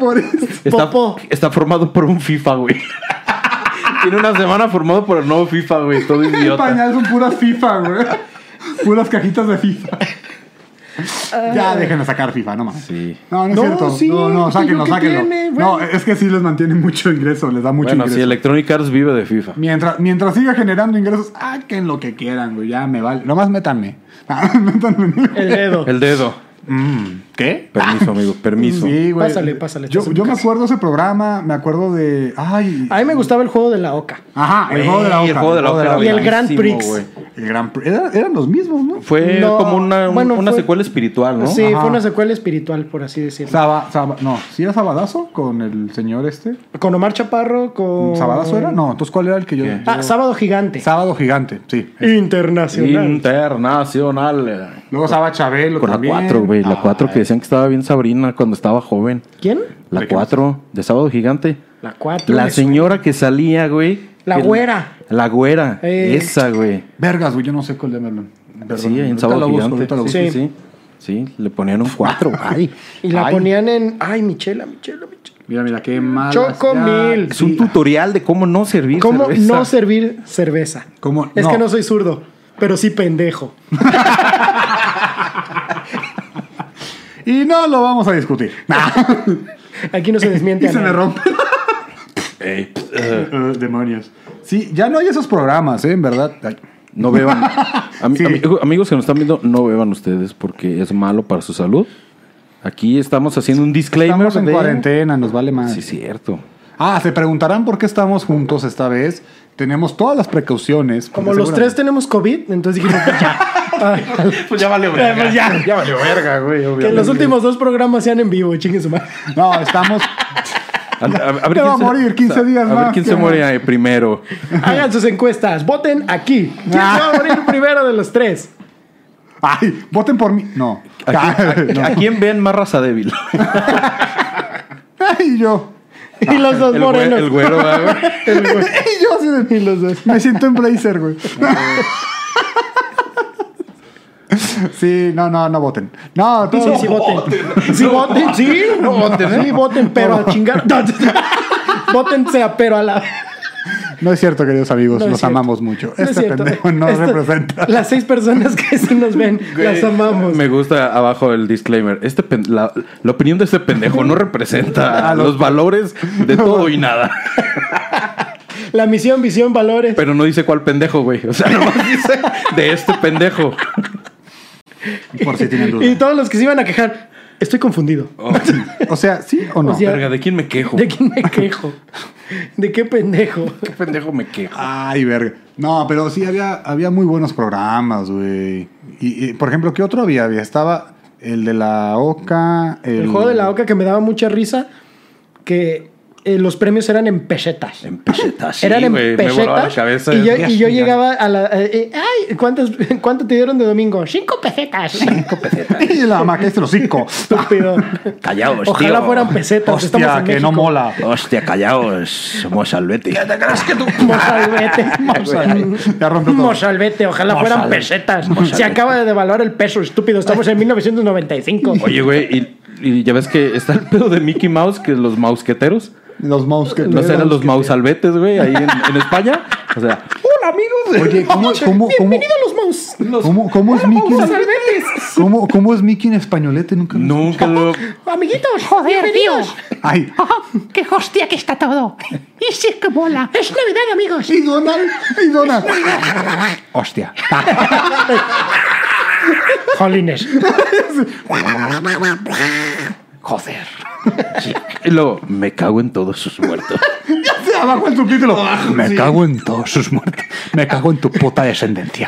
S4: está,
S2: Popó.
S4: está formado por un FIFA, güey. <laughs> Tiene una semana formado por el nuevo FIFA, güey. Todo
S3: El
S4: idiota.
S3: pañal son puras FIFA, güey. Puras cajitas de FIFA. Ya dejen de sacar FIFA, no mames.
S4: Sí.
S3: No, no es
S2: No,
S3: cierto.
S2: sí,
S3: no, no,
S2: pues,
S3: sáquenlo,
S2: ¿qué
S3: sáquenlo.
S2: tiene?
S3: No,
S2: Bueno.
S3: es que sí les mantiene mucho ingreso, les da mucho
S4: Bueno,
S3: ingreso.
S4: si Electronic Arts vive de FIFA.
S3: Mientras, mientras siga generando ingresos, saquen lo que quieran, güey. Ya me vale. Nomás métanme. <laughs> Ah, métanme.
S2: El dedo.
S4: El dedo.
S3: ¿Qué?
S4: Permiso, amigo, Mm, permiso.
S3: Sí, güey.
S2: Pásale, pásale,
S3: Yo,
S2: pásale,
S3: yo me
S2: pásale.
S3: acuerdo ese programa, me acuerdo de. Ay.
S2: A mí me gustaba el juego de la Oca.
S3: Ajá, el
S4: Güey,
S3: juego de la
S4: el
S3: Oca.
S4: juego de la Oca era
S2: Y el Grand
S4: buenísimo,
S2: Prix.
S4: güey.
S3: El Gran Pri- era- eran los mismos, ¿no?
S4: Fue
S2: No,
S4: como una, un-
S2: bueno,
S4: una
S2: fue-
S4: secuela espiritual, ¿no? Ah,
S2: Sí,
S3: Ajá.
S2: fue una secuela espiritual, por así decirlo.
S3: Saba, Saba- no, ¿sí era Sabadazo con el señor este?
S2: Con Omar Chaparro, con...
S3: ¿Sabadazo era? No, entonces ¿cuál era el que yo.?
S2: Ah, Sábado Gigante.
S3: Sábado Gigante, sí.
S2: Internacional.
S4: Internacional.
S3: Luego Saba Chabelo
S4: Con la
S3: también.
S4: 4, güey. La
S3: Ah,
S4: 4 que decían que estaba bien Sabrina cuando estaba joven.
S2: ¿Quién?
S4: La 4 de Sábado Gigante.
S2: La 4.
S4: La señora que salía, güey.
S2: La
S4: que-
S2: güera.
S4: La güera.
S2: Eh.
S4: Esa, güey.
S3: Vergas, güey, yo no sé cuál de Merlin. Perdón,
S4: Sí, en
S3: ahorita
S4: Sábado
S3: lo busco,
S4: Gigante.
S3: ahorita lo busco.
S4: sí, sí, sí. Sí, le ponían un 4. Ay.
S2: Y la
S3: Ay.
S2: ponían en... Ay, Michela, Michela, Michela.
S3: Mira, mira, qué mal.
S2: Chocomil.
S4: Es un tutorial de cómo no servir
S2: ¿Cómo
S4: cerveza.
S2: no servir cerveza?
S3: ¿Cómo?
S2: Es
S3: No.
S2: que no soy zurdo, pero sí pendejo.
S3: Y no lo vamos a discutir. <laughs>
S2: Aquí no se desmiente
S4: <laughs>
S3: y
S2: a
S3: se me
S2: nadie.
S3: rompe.
S4: Ey, pff,
S3: Eh, <laughs> demonios. Sí, ya no hay esos programas, ¿eh? En verdad. Ay.
S4: no beban. Ami-
S3: Sí.
S4: ami- amigos que nos están viendo, no beban ustedes porque es malo para su salud. Aquí estamos haciendo un disclaimer.
S3: Estamos en
S4: de-
S3: cuarentena, nos vale más.
S4: Sí, cierto.
S3: Ah, se preguntarán por qué estamos juntos esta vez. Tenemos todas las precauciones.
S2: Como
S3: porque
S2: los
S3: seguramente-
S2: tres tenemos COVID, entonces dijimos, ya.
S4: <laughs>
S2: Ay,
S4: Pues ya vale
S2: verga.
S4: ya. valió verga, güey,
S2: que los últimos dos programas sean en vivo, chingue su
S4: <laughs>
S2: madre.
S3: No, estamos.
S4: A, a- a ver
S3: Te va a
S4: se-
S3: morir 15 días
S4: a ver
S3: más,
S4: quién
S3: que
S4: se
S3: no.
S4: muere eh, primero.
S2: Hagan sus encuestas, voten aquí. ¿Quién se
S4: Ah.
S2: va a morir primero de los tres?
S3: Ay, voten por mí. No.
S4: ¿A
S3: <laughs>
S4: quién, a- a quién ven más raza débil?
S3: Ay, yo.
S2: <laughs> Y los dos
S4: El, güe-
S2: morenos.
S4: el güero, ¿verdad,
S3: <laughs>
S4: güey.
S3: Y yo así de los dos. Me siento en blazer, güey. <laughs> Sí, no, no, no voten. No,
S2: Sí,
S3: todos-
S2: sí,
S3: <laughs>
S2: voten. <laughs> Sí, voten, sí.
S3: ¿eh?
S2: Sí, voten, pero a
S3: <laughs>
S2: chingar. <laughs> Votense a pero a la.
S3: no es cierto, queridos amigos.
S2: No es
S3: los
S2: cierto.
S3: amamos mucho.
S2: No es
S3: este
S2: cierto.
S3: pendejo no
S2: Esto- <laughs>
S3: representa.
S2: Las seis personas que sí nos
S3: <laughs>
S2: ven, las amamos.
S4: Me gusta abajo el disclaimer. Este pen- la, la opinión de este pendejo no
S3: <laughs>
S4: representa
S3: A los-
S4: los valores
S3: <laughs>
S4: de todo y nada.
S2: La misión, visión, valores.
S4: Pero no dice cuál pendejo, güey. O sea, <laughs> nomás dice de este pendejo.
S3: Por si tienen
S2: Y todos los que se iban a quejar, estoy confundido.
S3: Oh. O sea, ¿sí o no?
S2: O sea,
S4: Verga, ¿de quién me quejo?
S2: ¿De quién me quejo? ¿De qué pendejo?
S4: qué pendejo me quejo?
S3: Ay, verga. No, pero sí había, había muy buenos programas, güey. Y, y, por ejemplo, ¿qué otro había? Había- Estaba el de la Oca. El,
S2: El juego de la oca que me daba mucha risa, que eh, los premios eran en pesetas.
S4: En pesetas. sí,
S2: eran en
S4: güey, Me volaba la
S2: pesetas.
S4: cabeza.
S2: y yo, y yo
S4: Dios,
S2: llegaba a la... eh, eh, ay, ¿cuántas, ¿cuánto te dieron de domingo? Cinco pesetas. <laughs> Cinco pesetas.
S3: <laughs> Y la maca, este los cinco.
S2: Estúpido.
S4: Callaos,
S2: Ojalá
S4: tío.
S2: fueran pesetas. estamos
S3: Hostia,
S2: en
S3: que
S2: México.
S3: no mola.
S4: Hostia, callaos, Mozalbete. ¿Qué te crees que tú?
S3: <laughs>
S2: Mozalbete.
S3: Ya rompió todo.
S2: Mozalbete, ojalá fueran
S4: Mozalbete.
S2: pesetas.
S4: Mozalbete.
S2: Se acaba de devaluar el peso, estúpido. Estamos en 1995.
S4: Oye, güey, y, y ya ves que está el pedo de Mickey Mouse, que los mausqueteros.
S3: <laughs> Los mouse que-
S4: No eran los mausalbetes, güey, ahí en, en España. O sea,
S2: Hola, amigos.
S3: Oye, ¿cómo- cómo-
S2: Bienvenido a los mouse.
S3: ¿Cómo, cómo es Mickey?
S2: Mozalbetes.
S3: ¿Cómo, cómo es Mickey en españolete? Nunca lo-
S4: nunca lo.
S6: Amiguitos, joder, Dios.
S3: Ay.
S6: ¡Qué hostia que está todo! <laughs> ¡Y si es que mola! ¡Es Navidad, amigos!
S3: Y Donald. Y Donald. Hostia.
S2: Jolines.
S5: Joder.
S4: Y luego, me cago en todos sus muertos.
S3: Abajo el subtítulo.
S5: Me cago en todos sus muertes. Me cago en tu puta descendencia.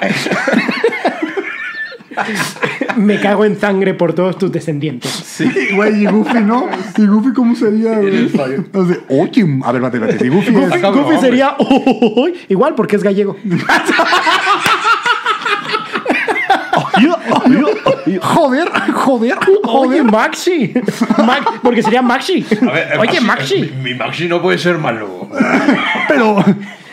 S2: Me cago en sangre por todos tus descendientes.
S3: Sí, güey, y Goofy, ¿no? ¿Y Goofy cómo sería, güey? Así, Oye, a ver, mate, mate. Si Goofy es...
S2: Goofy, Goofy sería "Uy", igual porque es gallego.
S3: Joder, joder,
S2: <laughs> Oye,
S3: joder.
S2: Maxi. Max- porque sería Maxi. Oye, Maxi.
S4: eh, Mi Maxi no puede ser malo.
S3: Pero,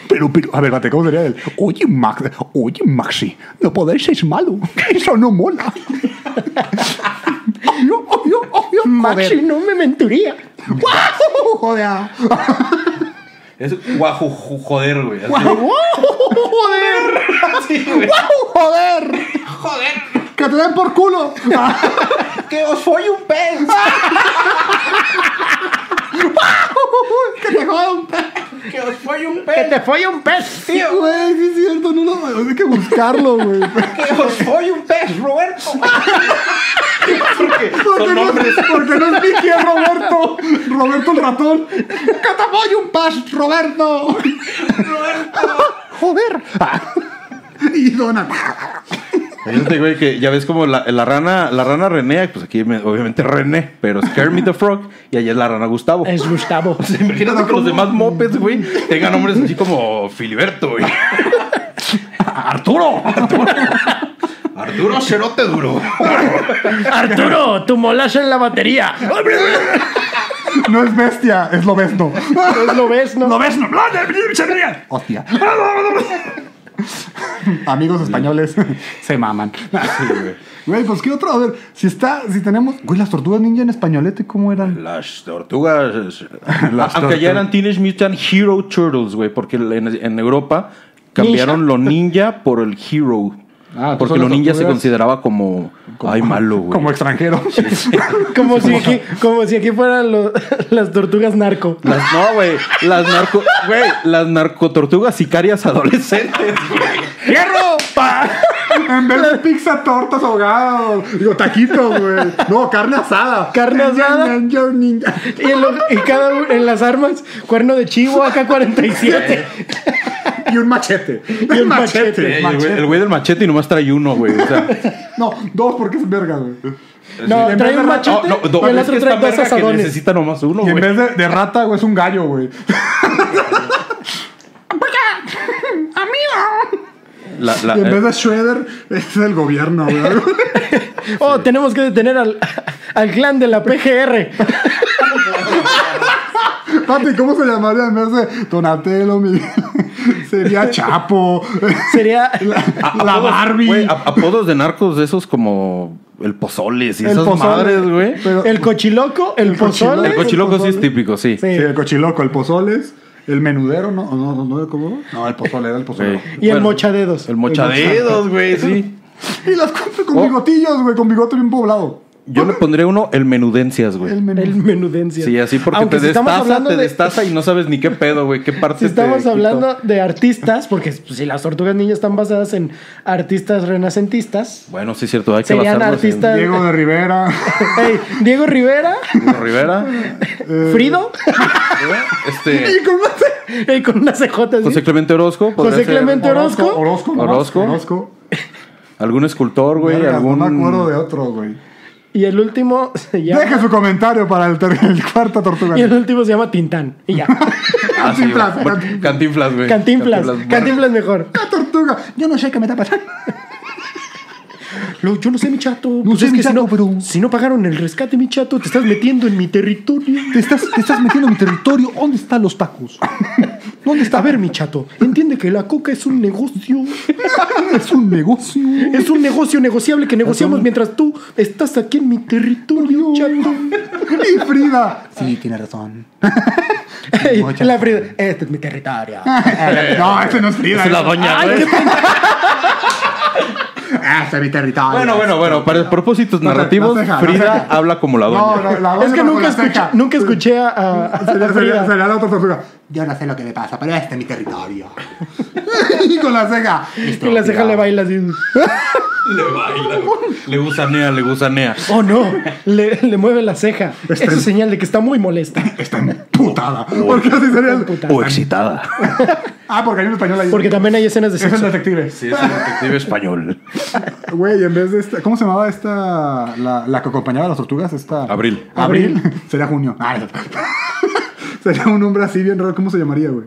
S3: pero, pero, a ver, mate, ¿cómo sería él?
S5: Oye, Max, oye, Maxi, no podéis ser malo. Eso no mola.
S3: Obvio, obvio, obvio.
S2: Maxi no me mentiría.
S3: ¡Guau! Joder.
S4: Es guaju, ju- joder, güey. así.
S3: ¡Joder!
S4: Sí, güey.
S3: ¡Joder! ¡Joder! ¡Que te den por culo!
S7: ¡Que os soy un
S4: <laughs>
S7: pez!
S3: ¡Que te jodan!
S7: ¡Que os soy un
S2: Que te folle un pez.
S3: Sí, güey, sí es cierto, no lo... Hay que buscarlo, güey.
S7: ¡Que os soy un pez, Roberto!
S3: Porque no, porque no es Mickey, es Roberto. Roberto el ratón. ¡Que te voy un pas, Roberto! ¡Roberto! ¡Joder! Y Donald.
S4: Hay este güey que ya ves como la, la rana, la rana René, pues aquí me- obviamente René, pero es Kermit the Frog y allá es la rana Gustavo.
S2: Es Gustavo.
S4: O sea, imagínate que los demás mopeds, güey, tengan nombres así como Filiberto, güey.
S5: ¡Arturo!
S4: Arturo Cerote Duro.
S2: Arturo, tu molas en la batería.
S3: No es bestia, es lo besno.
S2: Lo ves, ¿no?
S5: ¿Lo ves? No, no, Hostia.
S3: Amigos españoles.
S5: Se maman.
S3: Güey, pues qué otro. A ver, si está, si tenemos. Güey, las tortugas ninja en españolete, ¿cómo eran?
S4: Las tortugas.
S5: Las
S4: Aunque
S5: tortugas.
S4: ya eran Teenage Mutant Hero Turtles, güey, porque en, en Europa cambiaron lo ninja por el hero.
S3: Ah,
S4: porque
S3: son
S4: lo
S3: las
S4: ninja se
S3: tortugas.
S4: consideraba como.
S3: <laughs>
S4: Ay, malo, güey.
S3: Como extranjero.
S2: Como si aquí, como si aquí fueran lo- <laughs> las tortugas narco.
S4: Las, no, güey. Las narco. Güey, las narcotortugas sicarias adolescentes, güey.
S3: ¡Hierro! Pa. En vez de pizza, tortas ahogadas. Digo, taquitos, güey. No, carne asada.
S2: Carne
S3: Ninja,
S2: asada.
S3: Ninja, ninja.
S2: Y, en lo- y cada uno- en las armas, cuerno de chivo, AK-47.
S4: eh,
S3: Y un machete.
S2: Y un machete.
S4: El güey- el güey del machete y nomás trae uno, güey. O sea.
S3: No, dos, porque es verga, güey.
S2: No,
S3: en vez
S2: trae
S3: de
S2: un
S3: ra-
S2: machete
S4: Oh, No, no, no,
S2: y el
S4: es
S2: otro
S4: que es tan
S2: trae dos
S4: verga que
S2: asadones.
S4: necesita nomás uno,
S3: Y en
S4: güey.
S3: vez de, de rata, güey, es un gallo, güey.
S4: La- la-
S3: Y en
S4: eh,
S3: vez de Shredder, es del gobierno, güey. <laughs>
S2: Oh, tenemos que detener al, <laughs> al clan de la PGR.
S3: Papi, ¿cómo se llamaría en vez de Donatello, Miguel? <laughs> Sería Chapo. <laughs>
S2: Sería
S4: a-
S3: la
S4: apodos,
S3: Barbie.
S4: güey, a- apodos de narcos de esos como el Pozoles y
S2: El
S4: esas
S2: Pozole.
S4: madres, güey.
S3: Pero-
S2: el cochiloco, el, pozole.
S4: El cochiloco sí es típico, sí.
S2: Sí.
S3: Sí, el cochiloco, el pozoles, el menudero, ¿no? ¿O No, no, no, ¿cómo? No, el pozole era el pozole.
S4: Güey.
S2: Y el mochadedos.
S4: El mochadedos, güey, sí.
S3: <laughs> Y las compras
S4: Oh.
S3: con bigotillos, güey, con bigote bien poblado.
S4: Yo le pondría uno el menudencias, güey.
S3: El menú.
S2: El menudencia.
S4: Sí, así porque
S2: Aunque
S4: te
S2: si estamos
S4: destaza,
S2: hablando
S4: te
S2: de-
S4: destaza y no sabes ni qué pedo, güey, qué parte
S2: Si
S4: te
S2: estamos
S4: quitó.
S2: hablando de artistas, porque pues, si las tortugas ninja están basadas en artistas renacentistas,
S4: Bueno, sí es cierto, hay que
S2: serían
S4: basarnos
S2: artistas.
S3: Diego de Rivera.
S2: Ey, Diego Rivera,
S4: en Diego Rivera,
S3: Eh.
S2: Frido, <laughs>
S4: este
S3: ¿Y cómo se-
S2: ey, con unas cejotas. ¿sí?
S4: José Clemente Orozco, podría
S2: José
S4: ser
S2: Clemente Orozco.
S3: Orozco.
S4: <laughs> Orozco.
S3: Orozco.
S4: algún escultor, güey,
S3: Vergas,
S4: algún
S3: No me acuerdo de otro, güey.
S2: Y el último se llama.
S3: Deje su comentario para el, ter- <laughs> el cuarto tortuga.
S2: Y el último se llama Tintán. Y ya.
S4: Ah, <laughs> sí, güey.
S3: Cantinflas,
S4: Bueno,
S3: cantinflas.
S4: Cantinflas, güey.
S2: Cantinflas. Cantinflas mejor.
S3: La ¡Ah, tortuga. Yo no sé qué me está pasando.
S2: Lo- yo no sé, mi chato. No
S3: sé, mi
S2: si
S3: chato,
S2: no,
S3: pero-
S2: si no pagaron el rescate, mi chato, te estás metiendo en mi territorio.
S3: Te estás, te estás metiendo en mi territorio. ¿Dónde están los tacos?
S2: ¿Dónde está? A ver, mi chato, entiende que la coca es un negocio.
S3: es un negocio.
S2: Es un negocio negociable que negociamos mientras tú estás aquí en mi territorio, chato.
S3: Y Frida.
S5: Sí, tiene razón.
S2: Ey, la Frida, este es mi territorio.
S3: Eh, no, ese no es Frida.
S4: Es la doña, güey.
S3: Ah, ese es mi territorio.
S4: Bueno, bueno, bueno, para propósitos narrativos,
S3: la ceja, la
S4: Frida
S3: ceja.
S4: habla como la
S3: No,
S4: doña.
S3: no, la doña
S2: es que
S3: no,
S2: nunca
S3: la
S2: escuché,
S3: ceja.
S2: nunca escuché a, a- a
S3: Sería, sería,
S2: Frida.
S3: sería la otra tortuga.
S5: Yo no sé lo que me pasa, pero este es mi territorio.
S3: Y <laughs> con la ceja.
S2: Y la ceja le baila así.
S4: Le baila. Le gusanea, le gusanea.
S2: Oh, no. Le, le mueve la ceja. Eso es señal de que está muy molesta.
S3: <laughs> Está emputada. Porque así sería el-
S2: Puta.
S5: O excitada.
S3: Ah, porque hay un español ahí.
S2: Porque también hay escenas de
S3: es el
S2: sexo.
S3: detective.
S4: Sí, es un detective español.
S3: Güey, en vez de esta. ¿Cómo se llamaba esta. La, la que acompañaba a las tortugas? Esta.
S4: Abril.
S3: Abril. <laughs> Sería junio. Ah, es cierto. <laughs> Sería un nombre así bien raro. ¿Cómo se llamaría, güey?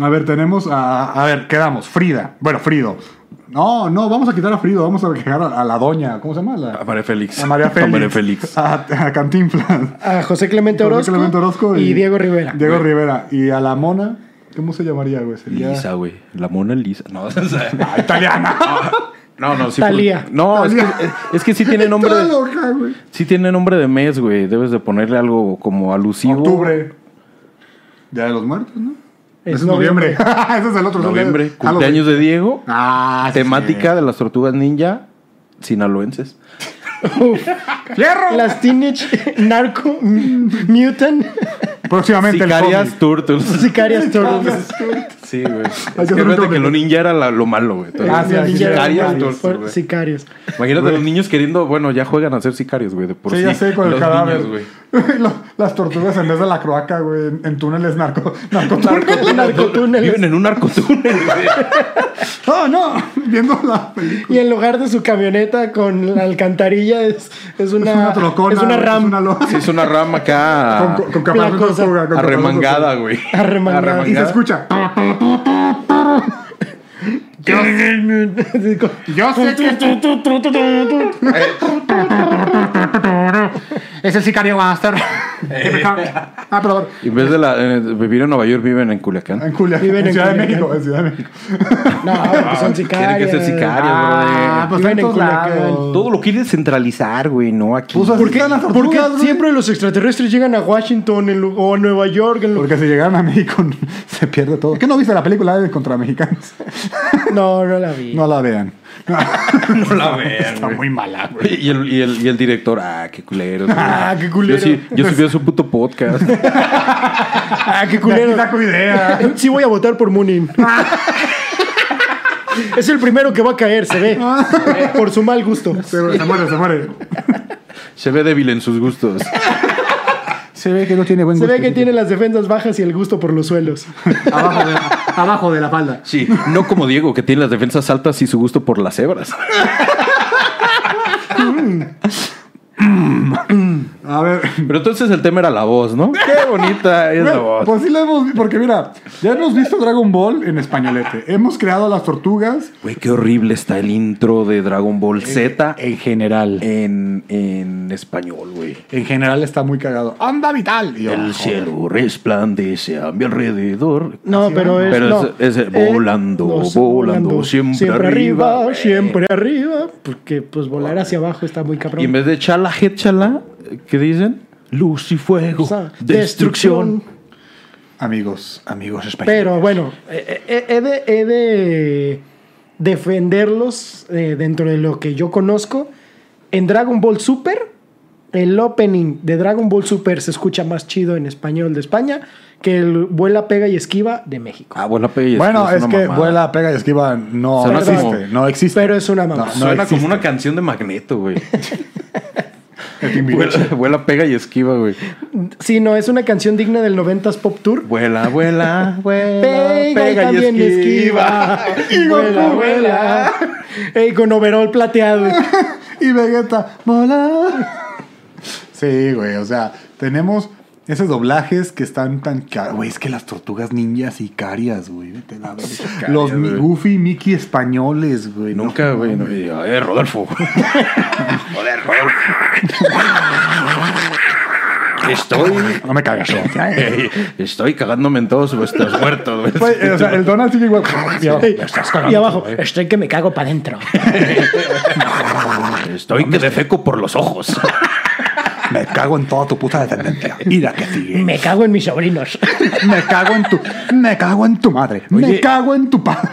S3: A ver, tenemos a. A ver, quedamos. Frida. Bueno, Frido. No, no, vamos a quitar a Frido. Vamos a dejar a, a la doña. ¿Cómo se llama? La-
S4: A María Félix.
S3: a María Félix.
S4: A María Félix.
S3: A, a Cantinflas.
S2: A José Clemente Orozco,
S3: José Clemente Orozco
S2: y, Diego Rivera.
S3: Diego Rivera. Y a la mona. ¿Cómo se llamaría, güey? Sería.
S4: Lisa, güey. La Mona Lisa. No, <laughs> o sea,
S3: Ah,
S4: <laughs> Ah,
S3: Italiana.
S4: no, no, sí.
S2: Thalía.
S4: No, es que, es, es que sí tiene nombre.
S3: Está
S4: de-
S3: loca, güey.
S4: sí tiene nombre de mes, güey. Debes de ponerle algo como alusivo.
S3: Octubre. Día de los muertos, ¿no?
S2: Es
S3: Ese es noviembre. <laughs>
S2: noviembre.
S3: Ese es el otro.
S4: Noviembre.
S3: Ah, los-
S4: Cumpleaños de Diego.
S3: Ah, sí,
S4: Temática de las tortugas ninja sinaloenses.
S3: sí. ¡Fierro!
S2: Las Teenage Narco M- Mutant
S3: Próximamente el
S4: Sicarias
S3: cómic. <laughs>
S4: Turtles.
S2: Sicarias Turtles.
S4: Sí, güey. Es
S3: Hay que hacer
S4: que
S3: un
S4: fíjate que
S3: doble.
S4: lo ninja era la- lo malo, güey. Entonces,
S3: Ah, sí,
S2: Las
S3: sí,
S2: Ninja
S4: sicarias
S2: Turtles.
S4: Turtles,
S2: Por-
S4: güey.
S2: Sicarios.
S4: Imagínate los niños queriendo, bueno, ya juegan a ser sicarios, güey, de por sí.
S3: Sí, ya sé, con el
S4: Los
S3: cadáver.
S4: niños, güey.
S3: Lo- <laughs> Las tortugas en vez de la croaca, güey, en, en túneles narco. narco
S2: <laughs> Narcotúneles.
S4: Viven en un narcotúnel, güey.
S3: ¡Oh, no! <laughs> Viendo la película.
S2: Y en lugar de su camioneta con la alcantarilla es, es una,
S3: Es una Ah. trocona.
S2: es una
S3: güey,
S2: RAM <laughs>
S3: Es una lo-
S4: Sí, es una rama acá
S3: Con, con, con caparazón
S2: Placosa.
S3: de tortuga, con caparazón de
S4: arremangada, güey.
S2: arremangada.
S3: tortuga. Y se escucha.
S2: Yo sé
S3: <laughs> Es el sicario master. ah, perdón.
S4: Y En vez de la, eh, vivir en Nueva York, viven en Culiacán.
S3: En Julia.
S2: Viven
S3: en,
S2: en
S3: Ciudad de
S2: Culiacán.
S3: México. En Ciudad de México.
S2: No, pues son
S4: Tienen
S2: sicarios.
S4: Ah, que ser sicarios,
S3: Ah,
S4: brother.
S3: pues
S2: Viven en
S3: en todos
S2: Culiacán.
S3: lados.
S4: Todo lo quieren centralizar, güey, no aquí.
S3: Pues así
S2: ¿Por qué,
S3: están las
S2: por
S3: tortugas,
S2: qué
S3: güey.
S2: siempre los extraterrestres llegan a Washington en lu- o a Nueva York? en lu-
S3: eh, Porque si llegaran a México <laughs> se pierde todo. ¿Qué no viste la película de contra <laughs> mexicanos?
S2: No, no la <laughs> vi.
S3: No la vean.
S4: no la vean,
S3: Está
S4: güey.
S3: muy mala, güey.
S4: Y el, y, el, y el director, ah, qué culero. güey.
S2: Ah, qué culero.
S4: Yo sí, yo sí veo su puto podcast.
S2: Ah, qué
S3: De aquí
S2: culero.
S3: saco idea.
S2: Ah, Sí voy a votar por <laughs> Moonin. Es el primero que va a caer, se ve. Por su mal <laughs> gusto.
S3: Pero se muere, se muere.
S4: Se ve débil en sus gustos.
S3: Se ve que no tiene buen
S2: Se ve que tiene las defensas bajas y el gusto por los suelos.
S3: <laughs> Abajo de, abajo de la falda.
S4: Sí, no como Diego, que tiene las defensas altas y su gusto por las hebras.
S3: A ver.
S4: Pero entonces el tema era la voz, ¿no? Qué bonita es la
S3: Bueno,
S4: voz.
S3: pues sí la hemos visto, porque mira, ya hemos visto Dragon Ball en españolete. Hemos creado a las tortugas.
S4: Güey, qué horrible está el intro de Dragon Ball Z
S5: En general.
S4: en, en español, güey.
S3: En general está muy cagado. ¡Onda vital! Y yo,
S4: El cielo resplandece a mi alrededor.
S2: No, pero es.
S4: Pero
S2: no. Eh,
S4: es- es volando, volando, siempre arriba, güey.
S2: siempre arriba. Porque pues volar hacia abajo está muy cabrón.
S4: Y en vez de chala, het chala, ¿qué dicen? Luz y fuego,
S2: O sea,
S4: destrucción.
S3: Amigos.
S5: Amigos españoles.
S2: Pero bueno, eh, eh, he de, he de defenderlos eh, dentro de lo que yo conozco. En Dragon Ball Super, el opening de Dragon Ball Super se escucha más chido en español de España que el vuela, pega y esquiva de México.
S4: Ah, vuela, pega y
S3: Bueno,
S4: esquiva,
S3: es
S4: una
S3: que
S4: mamada.
S3: vuela, pega y esquiva no
S4: Suena
S3: existe.
S4: como-
S3: No existe.
S2: Pero es una mamá.
S3: No,
S4: Suena
S3: existe.
S4: como una canción de
S3: <laughs>
S4: Magneto, güey.
S3: El Timbiriche.
S4: vuela, vuela, pega y esquiva, güey.
S2: Sí, no, es una canción digna del 90s Pop Tour.
S4: Vuela, vuela, vuela.
S2: Pega, y también esquiva.
S4: <laughs>
S3: Y Goku
S2: vuela, vuela. Ey, con overall plateado.
S3: y Vegeta, mola. Sí, güey, o sea, tenemos esos doblajes que están tan caros. Güey, es que las tortugas ninjas y carias, güey. vete la verga. Los Mi-
S4: güey.
S3: Goofy y Mickey españoles, güey. no
S4: Nunca, güey. no. Y, "Ay, Rodolfo. <laughs> Joder, Rodolfo. Estoy.
S3: No me cagas, güey.
S4: eh, Estoy cagándome en todos vuestros muertos, güey.
S3: Güey, Pues, o sea, el Donald sigue igual. Y abajo,
S2: Ey, y abajo, estoy que me cago para adentro.
S4: Estoy que defeco por los ojos.
S5: Me cago en toda tu puta descendencia. Y la que sigue.
S2: Me cago en mis sobrinos.
S3: Me cago en tu. Me cago en tu madre. Me
S4: Oye.
S3: cago en tu padre.
S4: <laughs>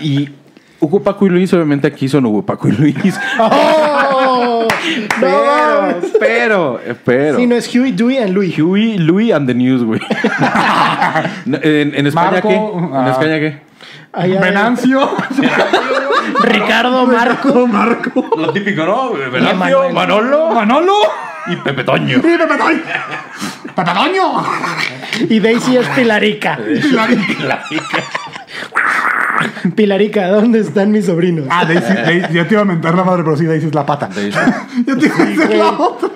S4: Y Hugo Paco y Luis, obviamente aquí son Hugo Paco
S2: <laughs>
S4: y Luis.
S2: Ah,
S5: <laughs>
S4: pero, pero, eh, pero.
S2: Si Oh. no es Huey, Dewey and Louie.
S4: <laughs> Huey, Louis and the News, güey. No, en, en España
S3: Marco,
S4: qué? ¿En
S3: ah.
S4: España qué?
S2: Ahí hay- <laughs>
S3: Venancio. <laughs>
S2: Ricardo Marco.
S3: Marco.
S4: Lo típico, ¿no?
S2: Manuel.
S4: Manolo
S3: Manolo.
S4: y Pepe Toño.
S3: Y Pepe Toño. Pepe Toño.
S2: Y Daisy es
S5: <laughs>
S2: Pilarica. <laughs> Pilarica, ¿dónde están mis sobrinos?
S3: Ah, Daisy, Daisy, ya te iba a mentar la madre, pero sí, Daisy es la pata.
S4: Daisy.
S3: <laughs> ya te iba a decir la otra.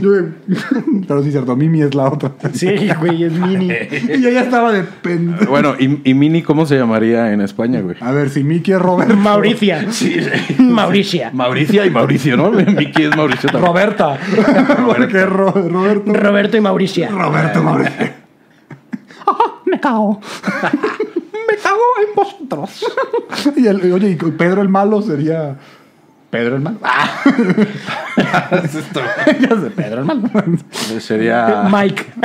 S3: Yo- eh, <laughs> pero sí, es cierto, Mimi es la otra.
S2: Sí, güey, es mini.
S3: <laughs> Y ella estaba de pendejo.
S4: Bueno, y, y Mini, ¿cómo se llamaría en España, güey?
S3: A ver, si Miki es
S2: <laughs>
S3: Roberto.
S2: Mauricia.
S4: Sí,
S2: Mauricia.
S4: Mauricia y Mauricio, ¿no? <laughs> Miki es Mauricio también.
S3: Roberta. <laughs> Porque es Ro- Roberto.
S2: Roberto y Mauricia.
S3: Roberto Mauricio.
S5: Me cago. Me cago en vosotros.
S3: <laughs> Y el- oye, y Pedro el malo sería. Pedro el malo. Ah, ya sé, Pedro el malo.
S4: Sería.
S2: Ah. Mike.
S3: <laughs>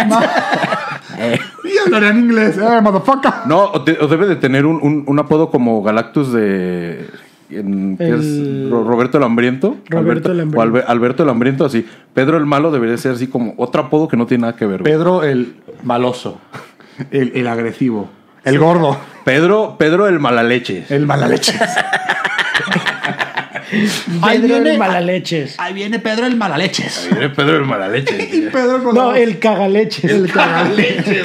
S3: Y hablaría en inglés. Eh, motherfucker.
S4: No, o, de- o debe de tener un, un- un apodo como Galactus de. en- ¿qué
S2: El-
S4: es? Ro- Roberto el Hambriento.
S2: Roberto el Hambriento.
S4: o Albe- Alberto el Hambriento, así. Pedro el Malo debería ser así como otro apodo que no tiene nada que ver. güey.
S3: Pedro el maloso. El, el agresivo. El gordo.
S4: Pedro, Pedro el <laughs> Malaleche.
S3: El mala leche.
S2: Ahí
S5: viene-
S2: Malaleches.
S5: Ahí viene Pedro el malaleches.
S4: Pedro el <laughs> Malaleche.
S3: Pedro con
S2: No, eh, el cagaleches.
S3: el cagaleche.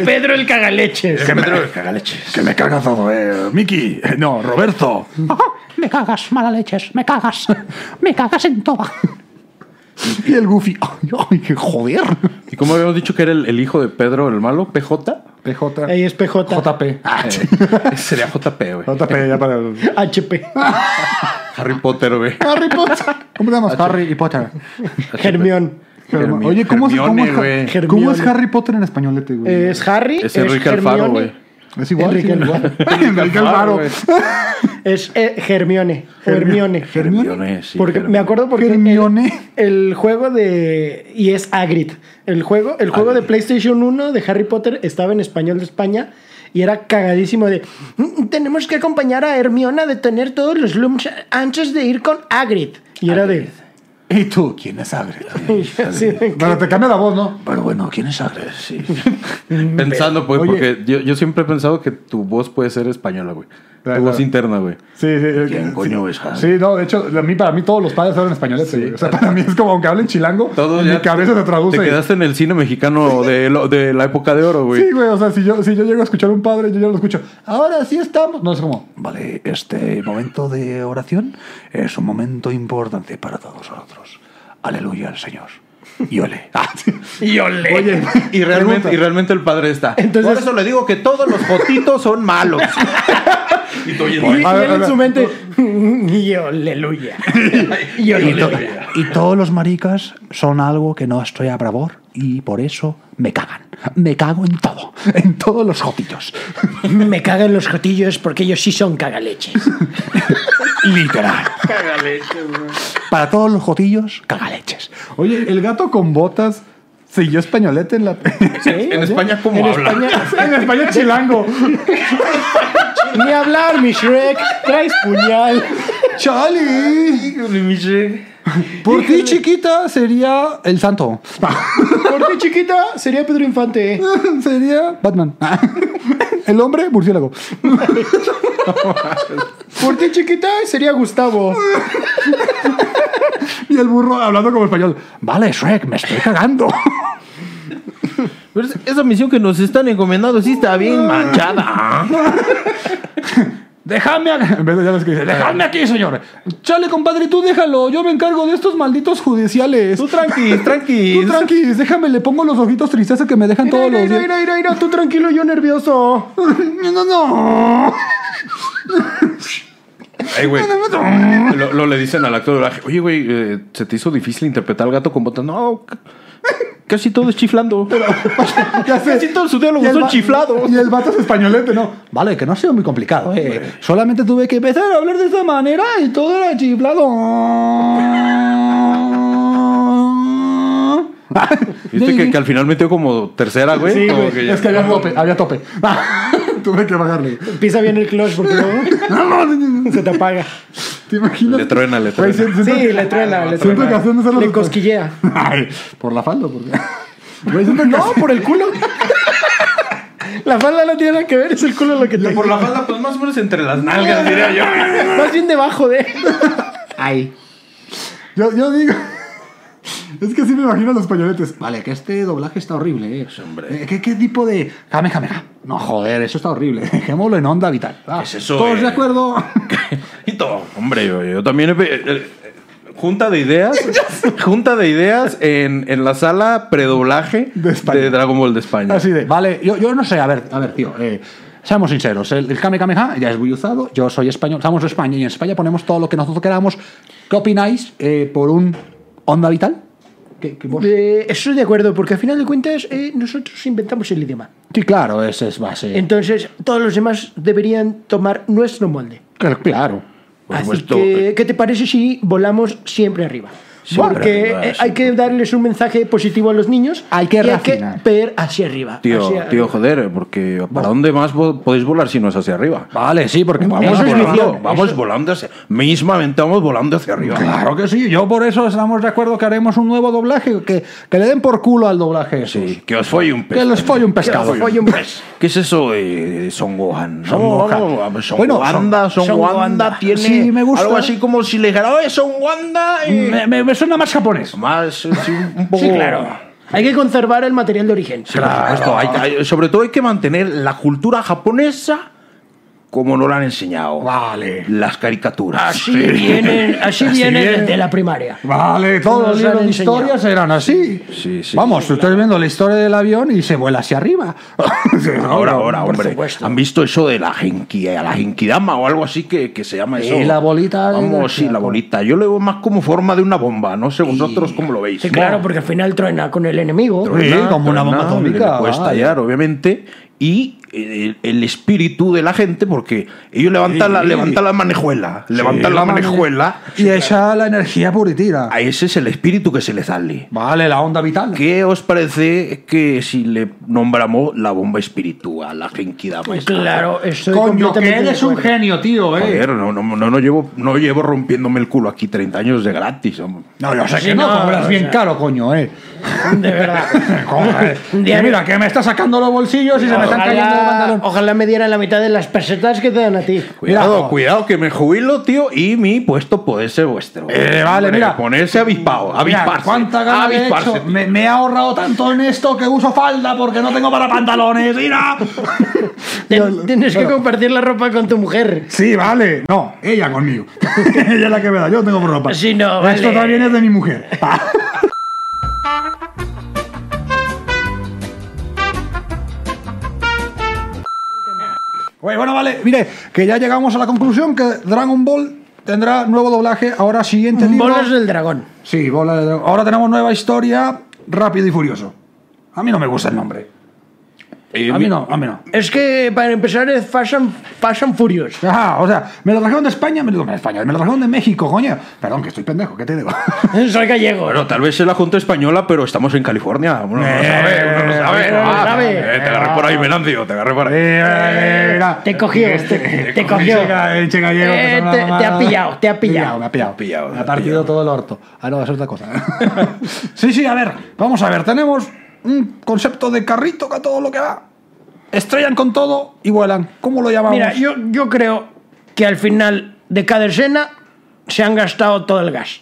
S2: <laughs> Pedro el cagaleches.
S4: Pedro el Cagaleche.
S5: Que me cagas todo, eh. Miki. No, Roberto. me cagas, malaleches. Me cagas. Me cagas en toba.
S3: Y el Goofy. <laughs>
S5: Ay, qué joder.
S4: ¿Y cómo habíamos dicho que era el, el hijo de Pedro el Malo? ¿PJ?
S3: PJ.
S2: Ahí es PJ.
S3: JP.
S4: Eh, sería JP, güey.
S3: JP, ya para el-
S2: HP.
S4: Harry
S2: <laughs>
S4: Potter, güey.
S3: Harry Potter. ¿Cómo te llamas? Harry y Potter.
S2: Germión.
S4: Hermi-
S3: Oye, ¿cómo, se- cómo
S4: Hermione,
S3: es,
S4: güey.
S3: Har- cómo es
S2: Hermione.
S3: Harry Potter en españolete, güey?
S2: Es Harry.
S4: Es Enrique Alfaro,
S2: Hermione,
S4: güey.
S3: es igual.
S2: Enrique
S3: sí.
S2: Alfaro.
S3: <laughs> Enrique Alfaro.
S4: güey.
S2: Es eh, Germione. o Hermione.
S4: Hermione, sí,
S2: Porque
S4: Hermione.
S2: me acuerdo porque el-
S3: Hermione.
S2: El, juego de y es Hagrid. El juego, el juego de PlayStation 1 de Harry Potter estaba en español de España y era cagadísimo de "Mm, tenemos que acompañar a Hermione a detener todos los looms antes de ir con Hagrid. Y era de
S5: ¿Y tú? ¿Quién
S2: <laughs>
S5: es Agres?
S2: así de-
S3: Pero te cambia la voz, ¿no?
S5: Pero bueno, ¿quién es Agres? Sí.
S4: Pensando, pues,
S3: Oye.
S4: porque yo, yo siempre he pensado que tu voz puede ser española, güey. Tu
S3: Claro.
S4: voz interna, güey.
S3: Sí, sí. eh,
S5: ¿Quién
S3: sí.
S5: coño es Harry?
S3: Sí, no, de hecho, a mí, para mí todos los padres hablan españolete, güey. O sea, para mí es como aunque hablen chilango,
S4: Todo
S3: en
S4: ya
S3: mi cabeza se traduce.
S4: Te quedaste en el cine mexicano de, lo- de la época de oro, güey.
S3: Sí, güey, o sea, si yo, si yo llego a escuchar a un padre, yo ya lo escucho. Ahora sí estamos. No, es como...
S5: Vale, este momento de oración es un momento importante para todos nosotros. Aleluya al Señor. Y ole.
S3: <laughs>
S5: Ah, sí.
S3: Oye,
S4: <laughs> Y realmente,
S3: pregunta.
S4: y realmente el padre está.
S2: Entonces-
S4: Por eso le digo que todos los jotitos son
S3: <laughs>
S4: malos. y tú oyes,
S2: Y, y
S3: A
S2: él
S3: ver, a
S2: en
S3: ver.
S2: su mente "Mm, y
S3: <laughs>
S2: aleluya. <laughs> Y
S5: Y, to-
S2: aleluya.
S5: y todos los maricas son algo que no estoy a favor y por eso me cagan. Me cago en todo, en todos los jotillos.
S2: Me cagan los jotillos porque ellos sí son cagaleches.
S5: Literal. Para todos los jotillos, cagaleches.
S3: Oye, el gato con botas siguió españolete en la...
S4: <laughs> En España, ¿cómo
S2: En
S4: habla?
S2: España-
S3: en
S2: <laughs>
S3: España chilango.
S2: Ni hablar, mi Shrek. Traes puñal.
S3: ¡Chali! Por ti, chiquita, sería el santo.
S2: Por ti, chiquita, sería Pedro Infante. ¿eh?
S3: <laughs> sería Batman. <laughs> el hombre, murciélago.
S2: Por ti, chiquita, sería Gustavo.
S3: Y el burro hablando como español.
S5: Vale, Shrek, me estoy cagando.
S4: Pero es- esa misión que nos están encomendando sí está
S3: Ah.
S4: bien manchada.
S5: Déjame, a-
S3: En vez de ya ves que dice, "Deja".
S5: déjame aquí, señor.
S3: Chale, compadre, tú déjalo. Yo me encargo de estos malditos judiciales.
S4: Tú tranqui, tranqui.
S3: Tú tranquis, déjame, le pongo los ojitos tristeza que me dejan
S2: Mira,
S3: todos
S2: mira,
S3: los
S2: mira,
S3: días.
S2: mira, mira, mira, tú tranquilo, yo nervioso.
S3: <laughs> No, no.
S4: Ay, güey. Lo, lo le dicen al actor de doblaje, Oye, güey, eh, ¿se te hizo difícil interpretar al gato con botas? No, ca- casi todo es chiflando.
S3: <laughs> Ya sé.
S4: Casi todos sus diálogos
S3: Y el
S4: son
S3: va-
S4: chiflados.
S3: Y el vato es españolete, ¿no?
S5: Vale, que no ha sido muy complicado, eh.
S3: Solamente tuve que empezar a hablar de esa manera y todo era chiflado.
S4: ¿Viste que, que al final metió como tercera, güey?
S3: Sí,
S4: Como
S3: güey,
S4: que ya-
S3: es que había tope, había tope. <laughs> tuve que bajarle.
S2: Pisa bien el clutch porque luego
S3: <laughs>
S2: se te apaga.
S3: ¿Te imaginas?
S4: Le truena, le
S3: Güey,
S4: truena.
S3: siento-
S2: Sí, le truena, le
S3: Siento que
S2: truena.
S3: haciendo hacer
S2: Le
S3: los- <laughs>
S2: cosquillea. <laughs>
S3: Ay, por la falda, porque. Güey, siento que-
S2: No, por el culo. La falda no tiene nada que ver, es el culo lo que te.
S4: Por la falda, pues más o menos entre las nalgas, diría yo.
S2: Más bien debajo de.
S7: Ay,
S3: <laughs> Yo, yo digo. <laughs> Es que sí me imagino los pañoletes.
S5: Vale, que este doblaje está horrible, eh. Hombre. ¿Qué, qué tipo de.? Jame,
S3: <laughs>
S5: jame, jame. No, joder, eso está horrible. Dejémoslo en onda vital. Ah,
S4: ¿Qué es eso,
S5: ¿Todos
S4: eh?
S3: <laughs>
S5: de acuerdo?
S4: Y todo. Hombre, yo, yo también. eh, eh, Junta de ideas. junta de ideas en, en la sala predoblaje
S3: De
S4: de,
S3: España.
S4: Dragon Ball de España.
S3: Así de.
S5: Vale, yo, yo no sé, a ver, a ver, tío. eh, seamos sinceros, el, el Kame Kame Ha ya es muy usado, yo soy español, somos de España y en España ponemos todo lo que nosotros queramos. ¿Qué opináis eh, por un onda vital? ¿Qué- qué vos-
S2: Eh, estoy de acuerdo, porque al final de cuentas, eh, nosotros inventamos el idioma.
S5: Sí, claro, ese es base.
S2: Entonces, todos los demás deberían tomar nuestro molde.
S5: Cl- claro.
S4: Por
S2: Así
S4: supuesto. eh,
S2: que, ¿qué te parece si volamos siempre arriba?
S4: Siempre
S2: Porque
S4: arriba,
S2: eh, hay que darles un mensaje positivo a los niños.
S5: Hay que
S2: y
S5: rafinar.
S2: Hay que ver hacia arriba.
S4: Tío,
S2: hacia
S4: tío,
S2: arriba.
S4: joder, porque ¿para dónde más vo- podéis volar si no es hacia arriba?
S5: Vale, sí, porque vamos
S4: Vamos
S5: a
S4: volando,
S2: visión,
S4: vamos volando hacia. Mismamente vamos volando hacia arriba.
S5: Claro que sí, yo por eso estamos de acuerdo que haremos un nuevo doblaje, que, que le den por culo al doblaje. esos.
S4: Sí, que os folle un pez.
S5: Que les folle un pescado.
S2: Oye, un-
S4: ¿Qué es eso de Son Gohan?
S5: Son
S4: No,
S5: Gohan.
S4: no, no, Son
S5: Bueno,
S4: Wanda,
S5: Son-
S4: Son,
S5: Son
S4: Wanda,
S5: Wanda.
S4: tiene
S5: Sí, me gusta.
S4: algo así como si le dijera, "Oye, Son Wanda! y-
S5: Me, me- me suena más japonés.
S4: Más, Mm, eh, sí, un <laughs> poco...
S2: Sí, claro. oh, Hay que conservar el material de origen.
S4: Sí, por supuesto, hay- hay- sobre todo hay que mantener la cultura japonesa como nos la han enseñado.
S5: Vale.
S4: Las caricaturas.
S2: Así vienen, así vienen desde la primaria.
S5: Vale,
S2: Nos
S5: todos
S2: han
S5: los libros de
S2: enseñado.
S5: historias eran así.
S4: Sí, sí.
S5: Vamos, tú estás viendo la historia del avión y se vuela hacia arriba. <laughs>
S4: Ahora, ahora,
S5: por
S4: hombre.
S5: supuesto.
S4: ¿Han visto eso de la genki, a la genkidama o algo así que, que se llama eso?
S5: Eh, la bolita de-
S4: Vamos, sí, la bolita. Yo lo veo más como forma de una bomba. No sé vosotros cómo lo veis.
S2: Sí, claro, porque al final truena con el enemigo.
S5: Sí, como una bomba
S4: Nada, le-
S5: atómica,
S4: Le puede
S5: vaya.
S4: estallar, obviamente. Y el, el espíritu de la gente, porque ellos levantan, la, levantan la manejuela. levantan la, manejuela.
S5: Y echa la energía pura y tira.
S4: A ese es el espíritu que se le sale.
S5: Vale, la onda vital.
S4: ¿Qué os parece que si le nombramos la bomba espiritual, la Genkidama? esta?
S2: Pues Claro, estoy
S5: Coño, que
S2: completamente de
S5: eres un
S2: acuerdo.
S5: genio, tío, eh.
S4: Joder, no, no, no, no llevo, no llevo rompiéndome el culo aquí 30 años de gratis. hombre.
S5: No, yo sé
S2: Sí,
S5: que no,
S2: no,
S5: cobras
S2: o
S5: bien
S2: sea.
S5: caro,
S2: <laughs>
S5: coño, eh. <laughs>
S2: De verdad. <laughs>
S5: Joder.
S2: Un día-
S5: Que mira, que me está sacando los bolsillos y se me están cayendo los
S2: Ojalá,
S5: pantalones.
S2: ojalá me dieran la mitad de las pesetas que te dan a ti.
S4: Cuidado,
S5: Mira, jo-
S4: cuidado, que me jubilo, tío, y mi puesto puede ser vuestro.
S5: Eh, vale,
S4: Hombre,
S5: mira.
S4: Ponerse avispado,
S5: Mira,
S4: avisparse.
S5: ¿Cuánta gana le he
S4: avisparse.
S5: hecho? Me, me he ahorrado tanto en esto que uso falda porque no tengo para pantalones. ¡Mira!
S4: Pues,
S2: Ten- tienes que compartir la ropa con tu mujer.
S5: Sí, vale. No, ella conmigo. <laughs> ella es la que me da. Yo no tengo ropa.
S2: Sí, no,
S5: Esto
S2: vale.
S5: también es de mi mujer. Ah. Oye, bueno, vale. Mire, que ya llegamos a la conclusión que Dragon Ball tendrá nuevo doblaje. Ahora siguiente libro.
S2: Bolas del dragón.
S5: Sí, bola de dragón. Ahora tenemos nueva historia. Rápido y furioso. A mí no me
S3: Pues
S5: gusta el nombre.
S4: Eh,
S5: A mí no, a mí no.
S2: Es que para empezar es Fast and, Fast and Furious. <laughs>
S5: Ajá, o sea, me lo trajeron de España, me lo de España, me lo trajeron de México, coño. Perdón, que estoy pendejo, ¿qué te <laughs> digo?
S2: Soy gallego.
S4: Bueno, tal vez es la Junta Española, pero estamos en California. Uno no lo sabe, uno no lo sabe.
S2: uno no lo
S4: Ah,
S2: sabe.
S4: eh, te agarré por ahí, Venancio, te agarré por ahí.
S5: Eh. Mira,
S2: Te cogió,
S5: eh,
S2: te, te cogió.
S5: Che gallego, que
S2: Eh,
S5: es una
S2: te- te
S5: mamada.
S2: ha pillado, te ha pillado.
S5: Me ha pillado,
S4: pillado,
S5: Me
S4: me
S5: ha
S4: ha
S5: partido
S4: pillado.
S5: todo el orto. Ah, no, eso es otra cosa. <laughs> sí, sí, a ver, vamos a ver, tenemos un concepto de carrito que a todo lo que va. Estrellan con todo y vuelan. ¿Cómo lo llamamos?
S2: Mira, yo, yo creo que al final de cada escena se han gastado todo el gas.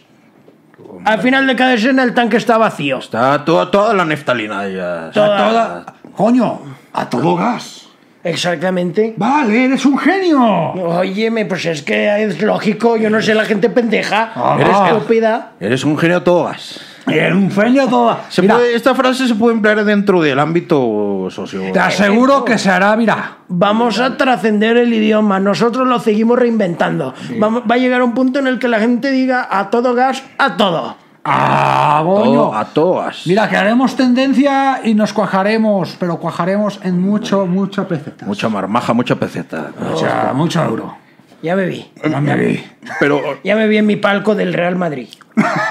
S2: Al final de cada escena el tanque está vacío.
S4: Está toda, toda la neftalina ya.
S2: Toda-
S5: Toda- Coño, a todo gas.
S2: Exactamente.
S5: Vale, eres un genio.
S2: Óyeme, pues es que es lógico, yo no sé, la gente pendeja,
S5: Ah,
S2: eres
S5: ah.
S2: estúpida.
S4: Eres un genio a todo gas.
S5: Era un genio toda.
S4: Se
S5: Mira,
S4: puede- esta frase se puede emplear dentro del ámbito socio.
S5: te aseguro que se hará, mira.
S2: Vamos a trascender el idioma, nosotros lo seguimos reinventando. Vamos- va a llegar un punto en el que la gente diga a todo gas, a todo.
S5: Ah,
S4: Todo,
S5: boño.
S4: a todo gas.
S5: Mira, que haremos tendencia y nos cuajaremos, pero cuajaremos en mucho, mucha peseta.
S4: Mucha marmaja, mucha peseta.
S5: Mucha, mucho euro.
S2: Ya me vi,
S5: No me vi.
S4: Pero
S2: ya me vi en mi palco del Real Madrid.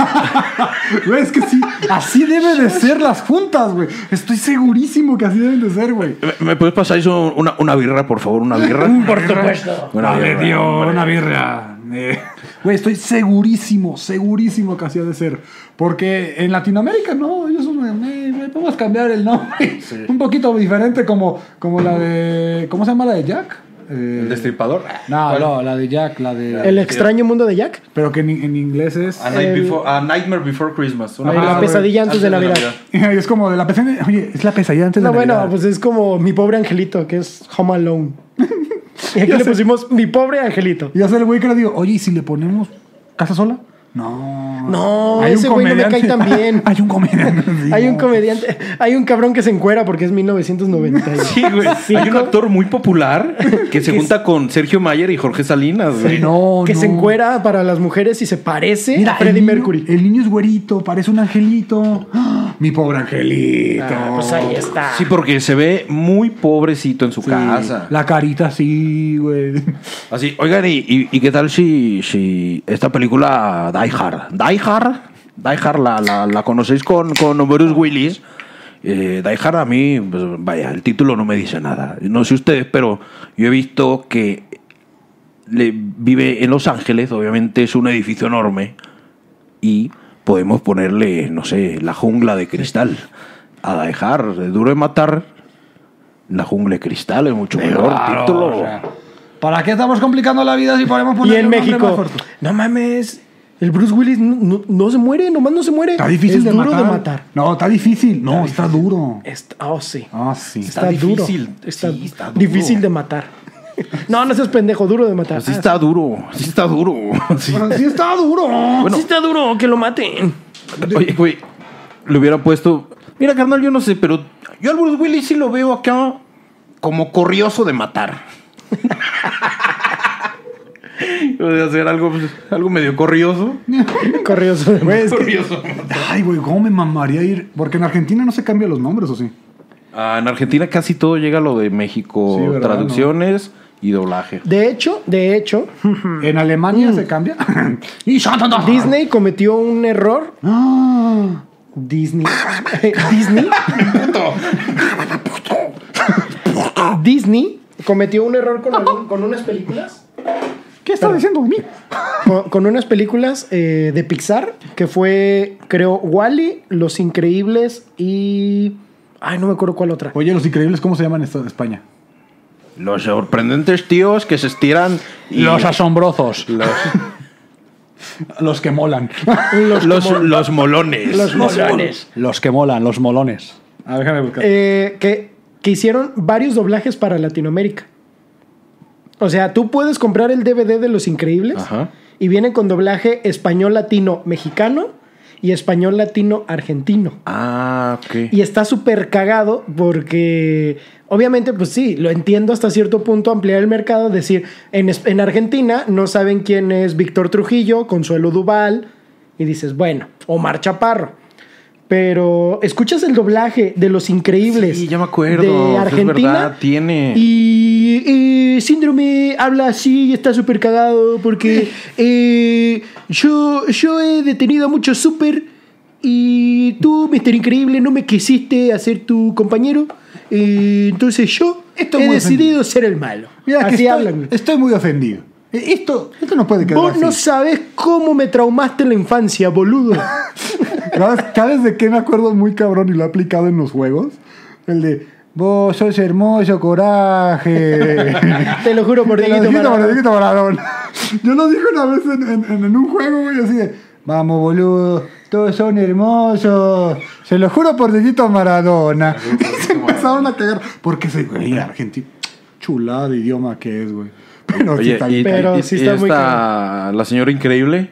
S3: <laughs>
S5: Es que sí, así deben de ser las juntas, güey. Estoy segurísimo que así deben de ser, güey.
S4: ¿me- ¿Me puedes pasar eso una, una birra, por favor? Una birra.
S2: Por supuesto.
S4: Una birra.
S5: una birra. Eh, Güey, estoy segurísimo, segurísimo que así ha de ser. Porque en Latinoamérica no, ellos son. eh, eh, vamos
S3: podemos cambiar el nombre. Un poquito diferente como, como la de... ¿Cómo se llama la de Jack? Eh,
S4: ¿El destripador?
S3: no,
S4: ¿Cuál?
S3: no, la de Jack, la de...
S2: El Ah, extraño mundo de Jack.
S3: Pero que en, en inglés es...
S4: A, Night
S2: el-
S4: Before- A Nightmare Before Christmas.
S3: Ah, la
S4: cosa
S2: pesadilla antes de Navidad.
S3: <laughs> Es como de la pesadilla... Oye, es la pesadilla antes
S2: No,
S3: de
S2: bueno,
S3: Navidad.
S2: pues es como mi pobre angelito, que es Home
S3: <laughs>
S2: Alone. Y aquí
S3: Ya
S2: le
S3: sé.
S2: pusimos mi pobre angelito.
S3: Y hace el güey que le digo, oye, ¿y si le ponemos casa sola? No.
S2: No,
S3: Hay un
S2: ese güey no me cae
S3: comediante-
S2: tan bien.
S3: <laughs> Hay un comediante.
S2: <laughs>
S3: sí,
S2: Hay un
S3: no.
S2: comediante, hay un cabrón que se encuera porque es 1990.
S3: <laughs>
S4: Sí, güey. Hay un actor muy popular que se junta con Sergio Mayer y Jorge Salinas, güey.
S3: No,
S2: que
S3: no.
S2: se encuera para las mujeres y se parece
S3: Mira,
S2: a Freddie
S3: el niño-
S2: Mercury.
S3: El niño es güerito, parece un angelito. <gasps> ¡Ah! Mi pobre angelito.
S2: pues ahí está.
S4: Sí, porque se ve muy pobrecito en su casa.
S3: La carita así, güey.
S4: Así, oigan, y, y- y qué tal si, si esta película Die Hard? Die Hard, Die Hard la, la, la conocéis con, con Bruce Willis. Eh, Die Hard a mí, pues, vaya, el título no me dice nada. No sé ustedes, pero yo he visto que le- vive en Los Ángeles, obviamente es un edificio enorme y podemos ponerle, no sé, la jungla de cristal a Die Hard. de Duro de matar, la jungla de cristal es mucho mejor
S3: Claro,
S4: título.
S3: o sea, ¿Para qué estamos complicando la vida si podemos
S2: Y
S3: poner
S2: en México, no mames, el Bruce Willis no, no- no se muere, nomás no se muere.
S3: Está difícil
S2: es
S3: de,
S2: duro
S3: matar.
S2: de matar.
S3: No, está difícil. No, está, duro.
S2: Est- oh, sí.
S3: Ah, sí.
S2: Está,
S4: difícil.
S2: duro. Está,
S4: Sí, está duro.
S2: difícil de matar. No, no seas pendejo, duro de matar. Ah,
S4: Sí está duro, sí está duro. <laughs> sí.
S3: Pero sí está duro.
S4: Bueno,
S2: Sí está duro, que lo maten.
S4: oye, güey, le hubiera puesto... Mira, carnal, yo no sé, pero yo al Bruce Willis sí lo veo acá como corrioso de matar. <laughs> o sea, hacer algo, pues, algo medio corrioso.
S2: Corrioso de
S3: Güey, es que-
S4: Curioso.
S3: Ay, güey, ¿cómo me mamaría ir? Porque en Argentina no se cambian los nombres, ¿o sí?
S4: Ah, en Argentina casi todo llega a lo de México,
S3: Sí, ¿verdad?
S4: traducciones y doblaje.
S2: De hecho, de hecho,
S3: ¿En
S2: Hmm.
S3: Alemania se cambia? <laughs> y
S2: Disney cometió un error.
S3: Ah,
S2: Disney. <laughs> Disney. Disney cometió un error con, algún- con unas películas.
S3: ¿Qué está diciendo de mí?
S2: Con, con unas películas eh, de Pixar, que fue, creo, Wally, Los Increíbles y. Ay, no me acuerdo cuál otra.
S3: Oye, los increíbles, ¿cómo se llaman en España?
S4: Los sorprendentes tíos que se estiran y
S3: asombrosos. Los, que molan.
S4: los, los molones.
S2: Los molones.
S3: los que molan, los molones. Ah, déjame buscar.
S2: Eh, que, que hicieron varios doblajes para Latinoamérica. O sea, tú puedes comprar el DVD de Los Increíbles
S4: Ajá.
S2: y viene con doblaje español latino mexicano y español latino argentino.
S4: Ah, ok.
S2: Y está súper cagado porque, obviamente, pues sí, lo entiendo hasta cierto punto, ampliar el mercado, decir, en, es- en Argentina no saben quién es Víctor Trujillo, Consuelo Duval, y dices, bueno, Omar Chaparro. Pero escuchas el doblaje de Los Increíbles.
S4: Sí, ya me acuerdo,
S2: De
S4: es
S2: Argentina.
S4: verdad, tiene.
S2: Y eh, Síndrome habla así y está súper cagado
S3: <laughs>
S2: porque eh, yo, yo he detenido a muchos súper y tú, Mister Increíble, no me quisiste hacer tu compañero. Eh, entonces yo
S3: Esto
S2: he
S3: muy
S2: decidido ser el malo.
S3: <laughs> Mira, que
S2: así
S3: estoy,
S2: hablan. güey.
S3: estoy muy ofendido. E- Esto, esto no puede quedar
S2: Vos no
S3: así.
S2: sabes cómo me traumaste en la infancia,
S3: <laughs>
S2: boludo.
S3: ¿Sabes, sabes de qué me acuerdo muy cabrón y lo he aplicado en los juegos? El de, vos sos hermoso, coraje.
S2: Te lo juro <laughs> por
S3: Te lo
S2: Dieguito
S3: dijiste,
S2: Maradona.
S3: Dieguito Maradona. Yo lo dije una vez en, en- en- en un juego, güey, así de, vamos, boludo, todos son hermosos. Se lo juro por Dieguito Maradona. Y <laughs> se empezaron a cagar. Porque se, güey, la Argentina, chulada de idioma que es, güey. Pero sí
S4: Oye,
S3: está
S4: y,
S3: bien.
S2: Pero
S4: y-
S2: sí
S4: y
S2: está muy
S4: esta-
S2: cabrón.
S4: la señora increíble.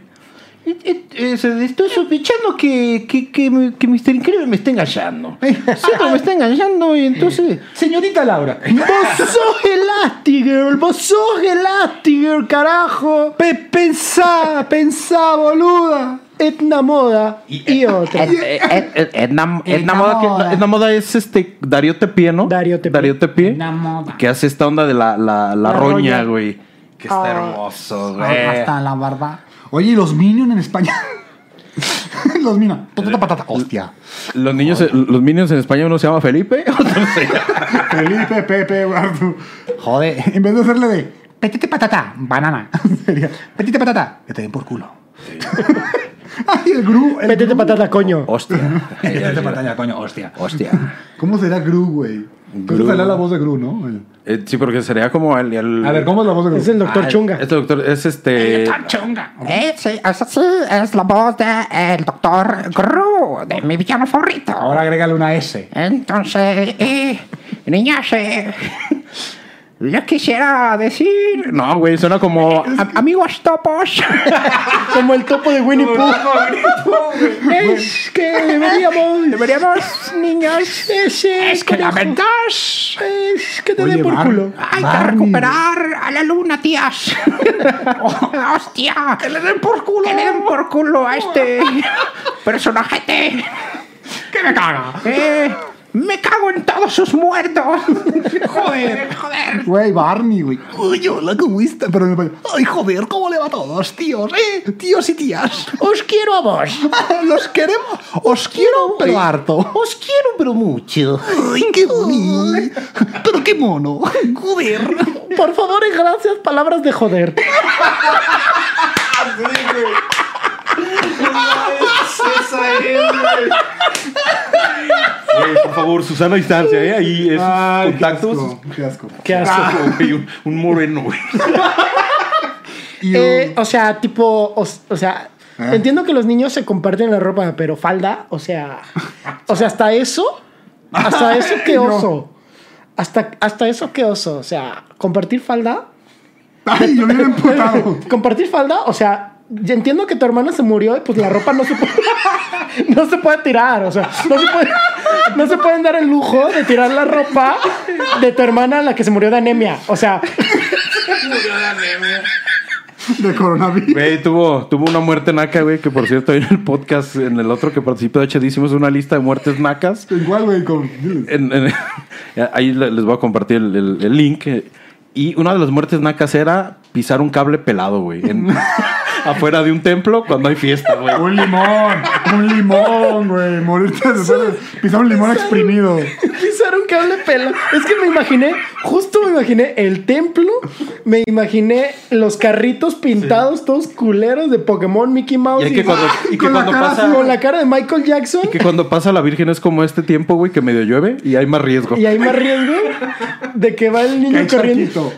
S4: Estoy sospechando que, que, que, que Mr. Increíble me
S2: <laughs>
S4: está engañando. Siempre me está engañando y entonces...
S3: Señorita Laura.
S2: Vos sos Elastigirl, vos sos Elastigirl, carajo.
S3: pensá, pensá, boluda.
S2: Etna Moda y, otra.
S4: eh, Edna Moda, que- Edna Moda es este Darío Tepié, ¿no?
S2: Darío Tepié.
S4: Tepié,
S3: Edna Moda.
S4: Que hace esta onda de la, la, la
S2: La roña.
S4: roña, güey. Que está
S2: Ah.
S4: hermoso, güey.
S3: la barba. Oye, ¿y los Minions en España? <laughs> los Minions. Patata, patata. <laughs> Hostia.
S4: Los niños, eh, los minions en España uno se llama Felipe, <laughs> otro se
S3: <laughs>
S4: llama-
S3: Felipe, Pepe, Arthur. Joder. En vez de hacerle de <laughs> petite patata, banana. Sería petite patata, que te den por culo. Ay, el Gru. El
S2: Métete
S3: Gru.
S2: patata, coño.
S4: Hostia. Ay,
S5: Métete
S4: ay,
S5: pataña, coño, hostia.
S4: Hostia.
S3: ¿Cómo será Gru, güey?
S4: Gru.
S3: Esa será la voz de Gru, ¿no? El-
S4: Eh, sí, porque sería como el. el-
S3: A ver, ¿cómo es la voz de Gru?
S2: Es el doctor
S4: Ah,
S2: Chunga.
S4: Este doctor es este.
S8: Eh, sí, esa sí es la voz del doctor Gru, de mi villano favorito.
S5: Ahora agrégale una S.
S8: Entonces, eh, niñas, eh, yo quisiera decir,
S4: No, güey, suena
S3: <laughs>
S4: como.
S8: am- amigos topos,
S2: Como el topo de Winnie Pooh.
S8: es que deberíamos, deberíamos, niños, es que la verdad
S2: Es que te dé
S3: Oye,
S2: por
S3: Bar-
S2: culo.
S8: hay que
S3: Barney.
S8: recuperar a la luna, tías. Oh, <laughs> ¡Hostia! ¡Que le den por culo! ¡Que le den por culo
S3: <laughs>
S8: a este personajete! ¡Que me caga! Eh, ¡Me cago en todos
S3: <laughs>
S8: sus muertos! ¡Joder! ¡Joder!
S3: Güey, Barney, güey. Uy, hola, ¿cómo está? Pero en el baño. Ay, joder, ¿cómo le va a todos, tíos? ¿Eh? Tíos y tías.
S7: Os quiero a vos.
S3: Los queremos. Os quiero, pero harto.
S7: Os quiero, pero mucho.
S3: Ay, qué bonito. Pero qué mono. Joder.
S2: Por favor y gracias, palabras de joder.
S4: Güey, por favor, Susana Distancia, ¿eh? Ahí esos contactos.
S3: Qué asco.
S2: Qué asco.
S4: Ah, güey, un, un moreno, güey.
S2: Eh, o sea, tipo, o, o sea, entiendo que los niños se comparten la ropa, pero falda, o sea, o sea, hasta eso, hasta eso <laughs> que oso. Hasta, hasta eso que oso, o sea, compartir falda,
S3: Ay, yo bien emputado.
S2: <laughs> compartir falda, o sea, yo entiendo que tu hermana se murió y pues la ropa no se puede, <laughs> no se puede tirar, o sea, no se puede, no se pueden dar el lujo de tirar la ropa de tu hermana la que se murió de anemia, o sea, <laughs>
S3: De coronavirus.
S4: Güey, tuvo, tuvo una muerte naca, güey, que por cierto, en el podcast, en el otro que participó de HD, hicimos una lista de muertes nacas.
S3: Igual, güey, con. diles.
S4: En- en- <laughs> ahí le- les voy a compartir el, el- el link. eh, Y una de las muertes nacas era pisar un cable pelado, güey. en- <laughs> afuera de un templo cuando hay fiesta,
S3: <laughs>
S4: güey.
S3: Un limón. Un limón, güey. Morirte después <laughs> de pisar un limón exprimido.
S2: Pisar un cable pelo. Es que me imaginé, justo me imaginé el templo, me imaginé los carritos pintados, todos culeros de Pokémon, Mickey
S4: Y
S2: Mouse. ¡ah!
S4: hay que cuando, y que
S3: Con la
S4: cuando
S3: cara
S4: pasa...
S3: así,
S2: Con la cara de Michael Jackson.
S4: Y que cuando pasa la Virgen es como este tiempo, güey, que medio llueve y hay más riesgo.
S2: Y hay más riesgo de que va el
S3: Que
S2: niño
S3: hay
S2: corriendo.
S3: charquito.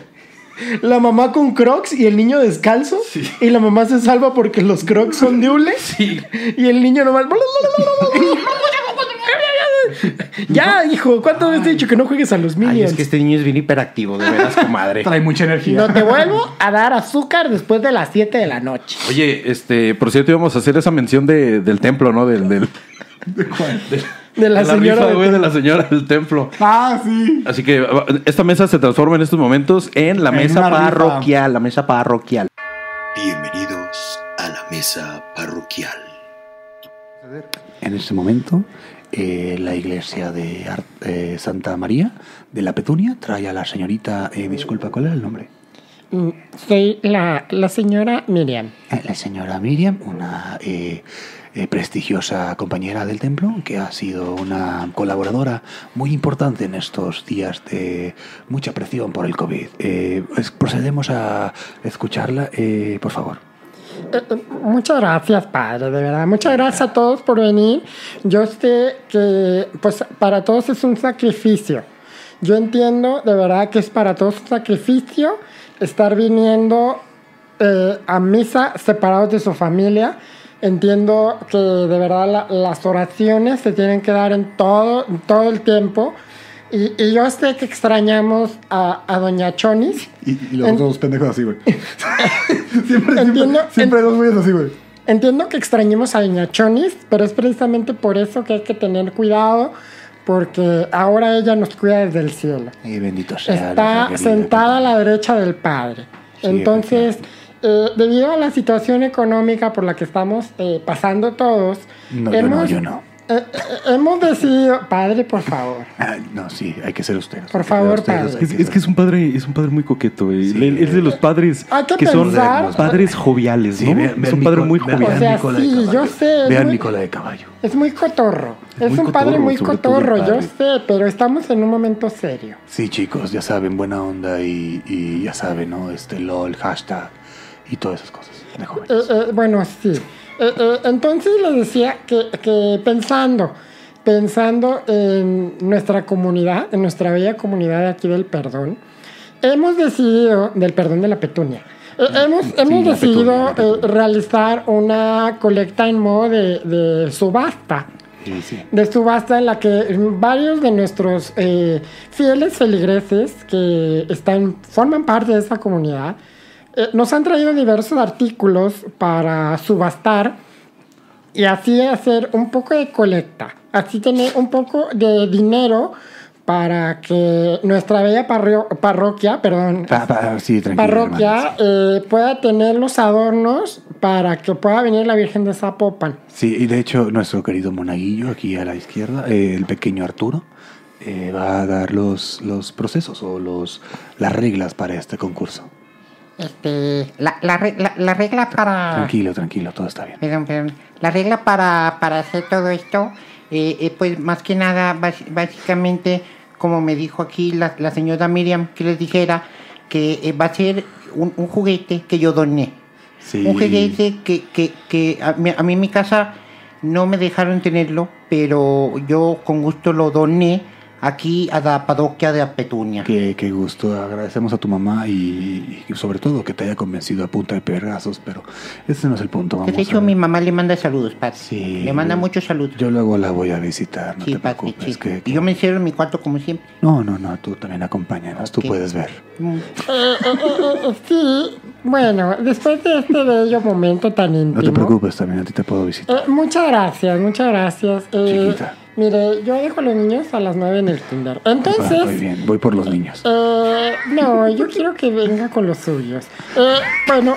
S2: La mamá con crocs y el niño descalzo. Y la mamá se salva porque los crocs son de hule. Y el niño nomás.
S3: <laughs>
S2: ya, hijo, ¿cuántas veces te he dicho que no juegues a los
S4: Ay,
S2: minions?
S4: es que este niño es bien hiperactivo, de veras, comadre.
S3: <laughs> Trae mucha energía.
S2: No te vuelvo a dar azúcar después de las 7 de la noche.
S4: Oye, este, por cierto, íbamos a hacer esa mención de, del templo, ¿no? Del, del,
S2: De la,
S4: de la
S2: señora.
S4: rifa,
S2: de-
S4: güey, de la señora del templo.
S3: Ah, sí.
S4: Así que va- esta mesa se transforma en estos momentos en la
S3: En
S4: mesa
S3: una rifa.
S4: parroquial.
S7: la mesa parroquial.
S9: Bienvenidos a la mesa parroquial.
S5: En ese momento, eh, la iglesia de Ar- eh, Santa María de la Petunia trae a la señorita, eh, disculpa, ¿cuál era el nombre?
S6: Mm, Soy la, la señora Miriam.
S5: Eh, La señora Miriam, una eh, eh, prestigiosa compañera del templo, que ha sido una colaboradora muy importante en estos días de mucha presión por el COVID. Eh, es- procedemos a escucharla, eh, por favor.
S6: Eh, eh, Muchas gracias, padre, de verdad. Muchas gracias a todos por venir. Yo sé que pues para todos es un sacrificio. Yo entiendo de verdad que es para todos un sacrificio estar viniendo eh, a misa separados de su familia. Entiendo que de verdad la- las oraciones se tienen que dar en todo, en todo el tiempo. Y, y yo sé que extrañamos a, a Doña Chonis.
S3: Y, y los
S6: En-
S3: otros dos pendejos así, güey. siempre, siempre,
S6: Entiendo,
S3: siempre dos güeyes así, güey.
S6: Entiendo que extrañemos a Doña Chonis, pero es precisamente por eso que hay que tener cuidado, porque ahora ella nos cuida desde el cielo.
S5: Eh, bendito sea. nuestra
S6: Está
S5: querida
S6: sentada a
S5: Petunia.
S6: la derecha del Padre. Entonces, eh, debido a la situación económica por la que estamos eh, pasando todos,
S5: No, yo no, yo no.
S6: eh, eh, hemos decidido, Padre, por favor,
S5: Ah, no, sí, hay que ser ustedes.
S6: Por
S5: Hay que ser
S6: favor,
S5: ustedes,
S6: padre.
S5: hay
S4: Es, es que es un padre, es un padre muy coqueto, güey.
S5: Sí.
S4: Es de los padres
S6: Hay que
S4: que son
S6: pensar-
S4: padres joviales,
S5: Sí,
S4: ¿no?
S5: vean-
S4: es
S5: vean
S4: un
S5: mi
S4: padre
S5: cola-
S4: muy
S5: vean-
S4: jovial.
S6: O sea,
S5: mi cola de
S6: sí, yo
S5: caballo.
S6: sé,
S5: Vean
S6: muy-
S5: mi cola de caballo.
S6: es muy cotorro.
S4: Es
S6: Es,
S4: muy
S6: un padre
S4: cotorro,
S6: muy
S4: sobre todo el
S6: cotorro, yo
S4: padre.
S6: sé, pero estamos en un momento serio.
S5: Sí, chicos, ya saben, buena onda y, y ya saben, ¿no? Este LOL, hashtag y todas esas cosas de
S6: Eh,
S5: jóvenes.
S6: eh, bueno, sí.
S2: eh, eh, entonces les decía que, que pensando, pensando en nuestra comunidad, en nuestra bella comunidad de aquí del perdón, hemos decidido, del perdón de la petunia, eh, hemos, hemos
S4: Mm, la
S2: decidido
S4: Petunia, la
S2: eh, realizar una colecta en modo de, de subasta. De subasta en la que varios de nuestros eh, fieles feligreses que están, forman parte de esta comunidad eh, nos han traído diversos artículos para subastar y así hacer un poco de colecta. Así tener un poco de dinero para que nuestra bella parrio- parroquia, perdón,
S5: Pa- pa- sí, tranquilo, hermano.
S2: parroquia eh, pueda tener los adornos para que pueda venir la Virgen de Zapopan.
S5: Sí, y de hecho, nuestro querido monaguillo aquí a la izquierda, eh, el pequeño Arturo, eh, va a dar los, los procesos o los, las reglas para este concurso.
S8: Este, la, la, re- la- la regla para...
S5: Tranquilo, tranquilo, todo está bien.
S8: Perdón, perdón. La regla para, para hacer todo esto, eh, eh, pues más que nada, bas- básicamente, como me dijo aquí la, la señora Miriam, que les dijera que eh, va a ser un, un juguete que yo doné.
S5: Sí.
S8: Un juguete que, que, que a, mí, a mí en mi casa no me dejaron tenerlo, pero yo con gusto lo doné aquí a la parroquia de Apetunia.
S5: Qué, qué gusto, agradecemos a tu mamá y, y sobre todo que te haya convencido a punta de pergazos, pero ese no es el punto. Vamos
S8: De hecho,
S5: a ver.
S8: mi mamá le manda saludos, padre.
S5: Sí.
S8: Le manda muchos saludos.
S5: Yo luego la voy a visitar, no
S8: sí,
S5: te
S8: padre,
S5: preocupes.
S8: sí.
S5: que-
S8: Y yo me encierro en mi cuarto como siempre.
S5: No, no, no, tú también acompáñanos,
S8: Ok.
S5: tú puedes ver.
S8: Mm.
S2: Eh, eh, eh, eh, sí, bueno, después de este bello momento tan íntimo.
S5: No te preocupes, también a ti te puedo visitar.
S2: Eh, muchas gracias, muchas gracias. Eh,
S5: Chiquita.
S2: mire, yo dejo a los niños a las 9 en el kinder.
S5: Va, muy
S2: Entonces,
S5: bien, voy por los niños.
S2: eh, no, yo quiero que venga con los suyos. Eh, bueno,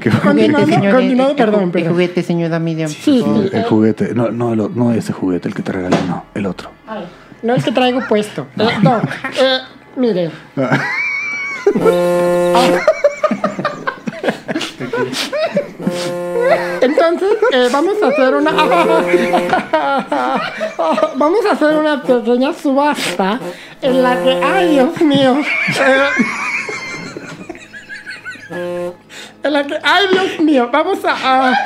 S5: Qué-
S2: continuando,
S8: Juguete, señor,
S2: continuando,
S8: el- el-
S2: perdón,
S8: el
S2: perdón.
S8: juguete, señora Miriam.
S2: sí, sí,
S5: El
S2: eh,
S5: juguete, no, no, el o- no ese juguete, el que te regalé, no, el otro. <laughs>
S2: no el que traigo puesto. Eh, no, eh, mire. Entonces, eh, vamos a hacer una. <laughs> vamos a hacer una pequeña subasta en la que. ¡Ay, Dios mío! <laughs> Eh, en la que. ¡Ay, Dios mío! Vamos a. a-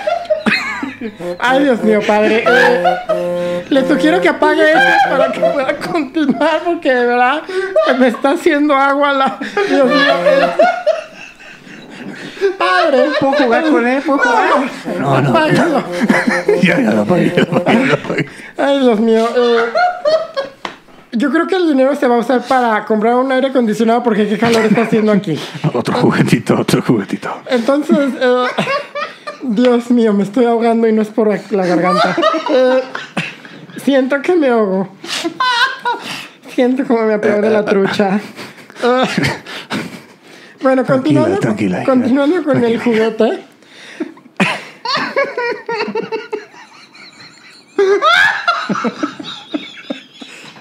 S2: ¡Ay, Dios mío, padre! Eh, le sugiero que apague esto para que pueda continuar, porque de verdad se me está haciendo agua la. Dios mío. Padre,
S8: ¿Puedo jugar con él? ¿Puedo jugar?
S5: No, no,
S2: apáguelo.
S5: ya, ya lo apagué, ya lo apagué, ya lo apagué.
S2: Ay, Dios mío. eh, yo creo que el dinero se va a usar para comprar un aire acondicionado porque qué calor está haciendo aquí.
S5: Otro juguetito, otro juguetito.
S2: Entonces, eh, Dios mío, me estoy ahogando y no es por la garganta. Eh, siento que me ahogo. Siento como me apego de la trucha. Eh, bueno, continuando,
S5: tranquila,
S2: continuando con el juguete.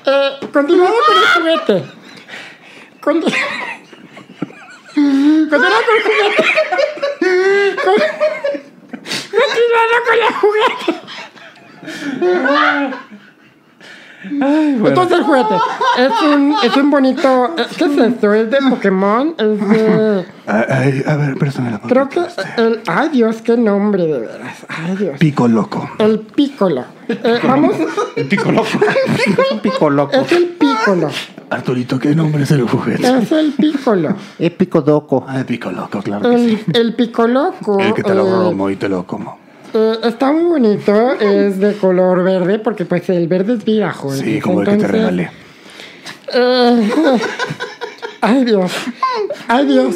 S2: Eh, continuando con el juguete. Conti- <laughs> Continuando con el juguete. Con- Continuando con el juguete. Entonces el juguete es un, es un bonito... eh, ¿Qué es esto? ¿Es de Pokémon? Es de...
S5: Ay, ay, a ver, préstame la
S2: Creo que...
S5: computadora.
S2: El, ay Dios, qué nombre de veras. Ay Dios.
S5: Pico loco.
S2: El pícolo. Eh, vamos...
S4: El pico loco.
S8: Un pico loco.
S2: Es <laughs> el pícolo.
S5: Arturito, ¿qué nombre es el juguete?
S2: Es el pícolo.
S8: Es pico doco.
S5: Ah, pico loco, claro que sí.
S2: El, el picoloco.
S5: El que te
S2: eh,
S5: lo romo y te lo como.
S2: Eh, está muy bonito, es de color verde, porque pues el verde es vida, joder.
S5: Sí, como el que te
S2: Pues Entonces,
S5: regalé.
S2: eh, ay Dios, ay Dios.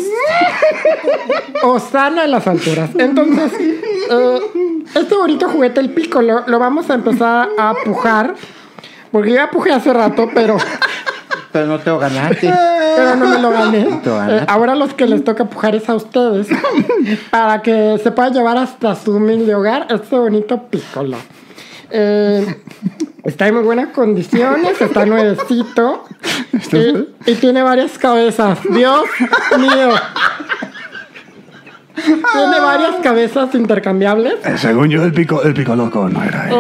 S2: Osana a las alturas. Entonces, eh, este bonito juguete, el pico, lo, lo vamos a empezar a pujar. Porque yo ya pujé hace rato, pero,
S8: Pero no tengo ganaste.
S2: pero no me lo gané.
S8: Te ganaste.
S2: Eh, ahora los que les toca pujar es a ustedes. Para que se pueda llevar hasta su humilde hogar este bonito pícolo. Eh, está en muy buenas condiciones, está nuevecito y, y tiene varias cabezas. Dios mío. Tiene varias cabezas intercambiables.
S5: Eh, Según yo, el pico, el pico loco no era él.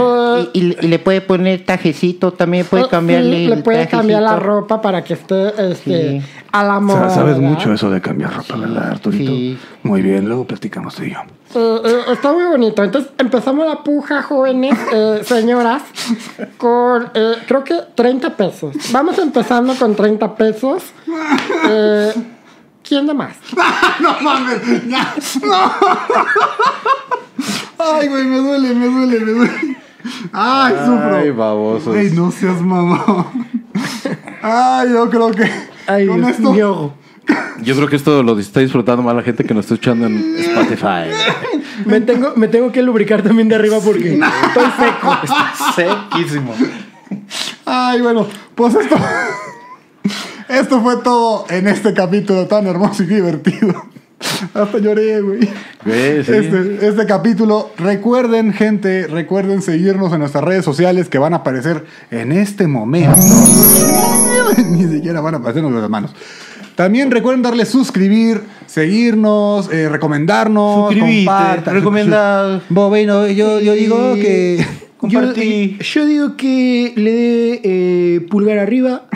S2: Eh,
S7: Y, y- y le puede poner tajecito, también
S2: eh,
S7: puede cambiarle.
S2: sí,
S7: el
S2: le puede
S7: tajecito.
S2: cambiar la ropa para que esté este,
S7: Sí.
S2: a la
S5: Sa-
S2: moda.
S5: Sabes
S2: ¿verdad?
S5: mucho eso de cambiar ropa, ¿verdad, Arturito?
S7: sí.
S5: Muy bien, luego platicamos tú y yo.
S2: Eh, eh, está muy bonito. Entonces em, empezamos la puja, jóvenes, eh, señoras, con eh, creo que 30 pesos. Vamos empezando con 30 pesos. Eh, ¿Quién da más?
S3: No mames, ya, no. Ay, güey, me duele, me duele, me duele. Ay, sufro.
S4: Ay, babosos.
S3: Güey, no seas mamón. Ay, yo creo que
S2: Ay,
S3: con
S2: Dios
S3: esto
S2: mío.
S4: Yo creo que esto lo está disfrutando más la gente que nos está escuchando en Spotify.
S3: <laughs>
S2: Me tengo, me tengo que lubricar también de arriba porque estoy seco.
S4: Sequísimo.
S3: Ay, bueno, pues esto. <laughs> Esto fue todo en este capítulo tan hermoso y divertido. <laughs> Hasta lloré, güey.
S4: Güey, sí.
S3: Este, este capítulo, recuerden, gente, recuerden seguirnos en nuestras redes sociales que van a aparecer en este momento. <laughs> Ni siquiera van a aparecer en nuestras manos. También recuerden darle suscribir, seguirnos, eh, recomendarnos, compartan.
S4: recomendar.
S5: Bueno, yo, yo digo que.
S4: Compartí.
S2: Yo digo que le dé eh, pulgar arriba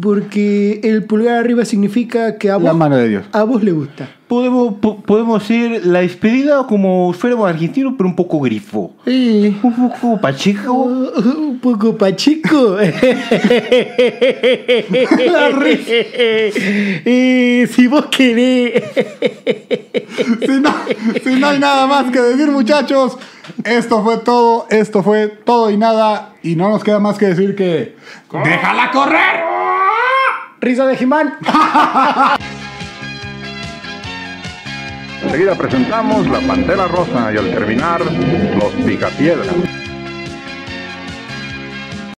S2: porque el pulgar arriba significa que a
S3: La
S2: vos,
S3: mano de Dios.
S2: a vos le gusta.
S4: Podemos, po- podemos ser la despedida como fuéramos argentinos, pero un poco grifo.
S2: Sí.
S4: Un poco
S2: <laughs>
S4: pacheco.
S2: Un poco
S4: <laughs>
S2: pachico. <laughs> La risa. Eh, si vos querés.
S3: <laughs> si, no, si no hay nada más que decir, muchachos, esto fue todo, esto fue todo y nada. Y no nos queda más que decir que. ¡Déjala correr!
S2: Risa de Jimán.
S10: Enseguida presentamos la Pantera Rosa y al terminar, los Picapiedras.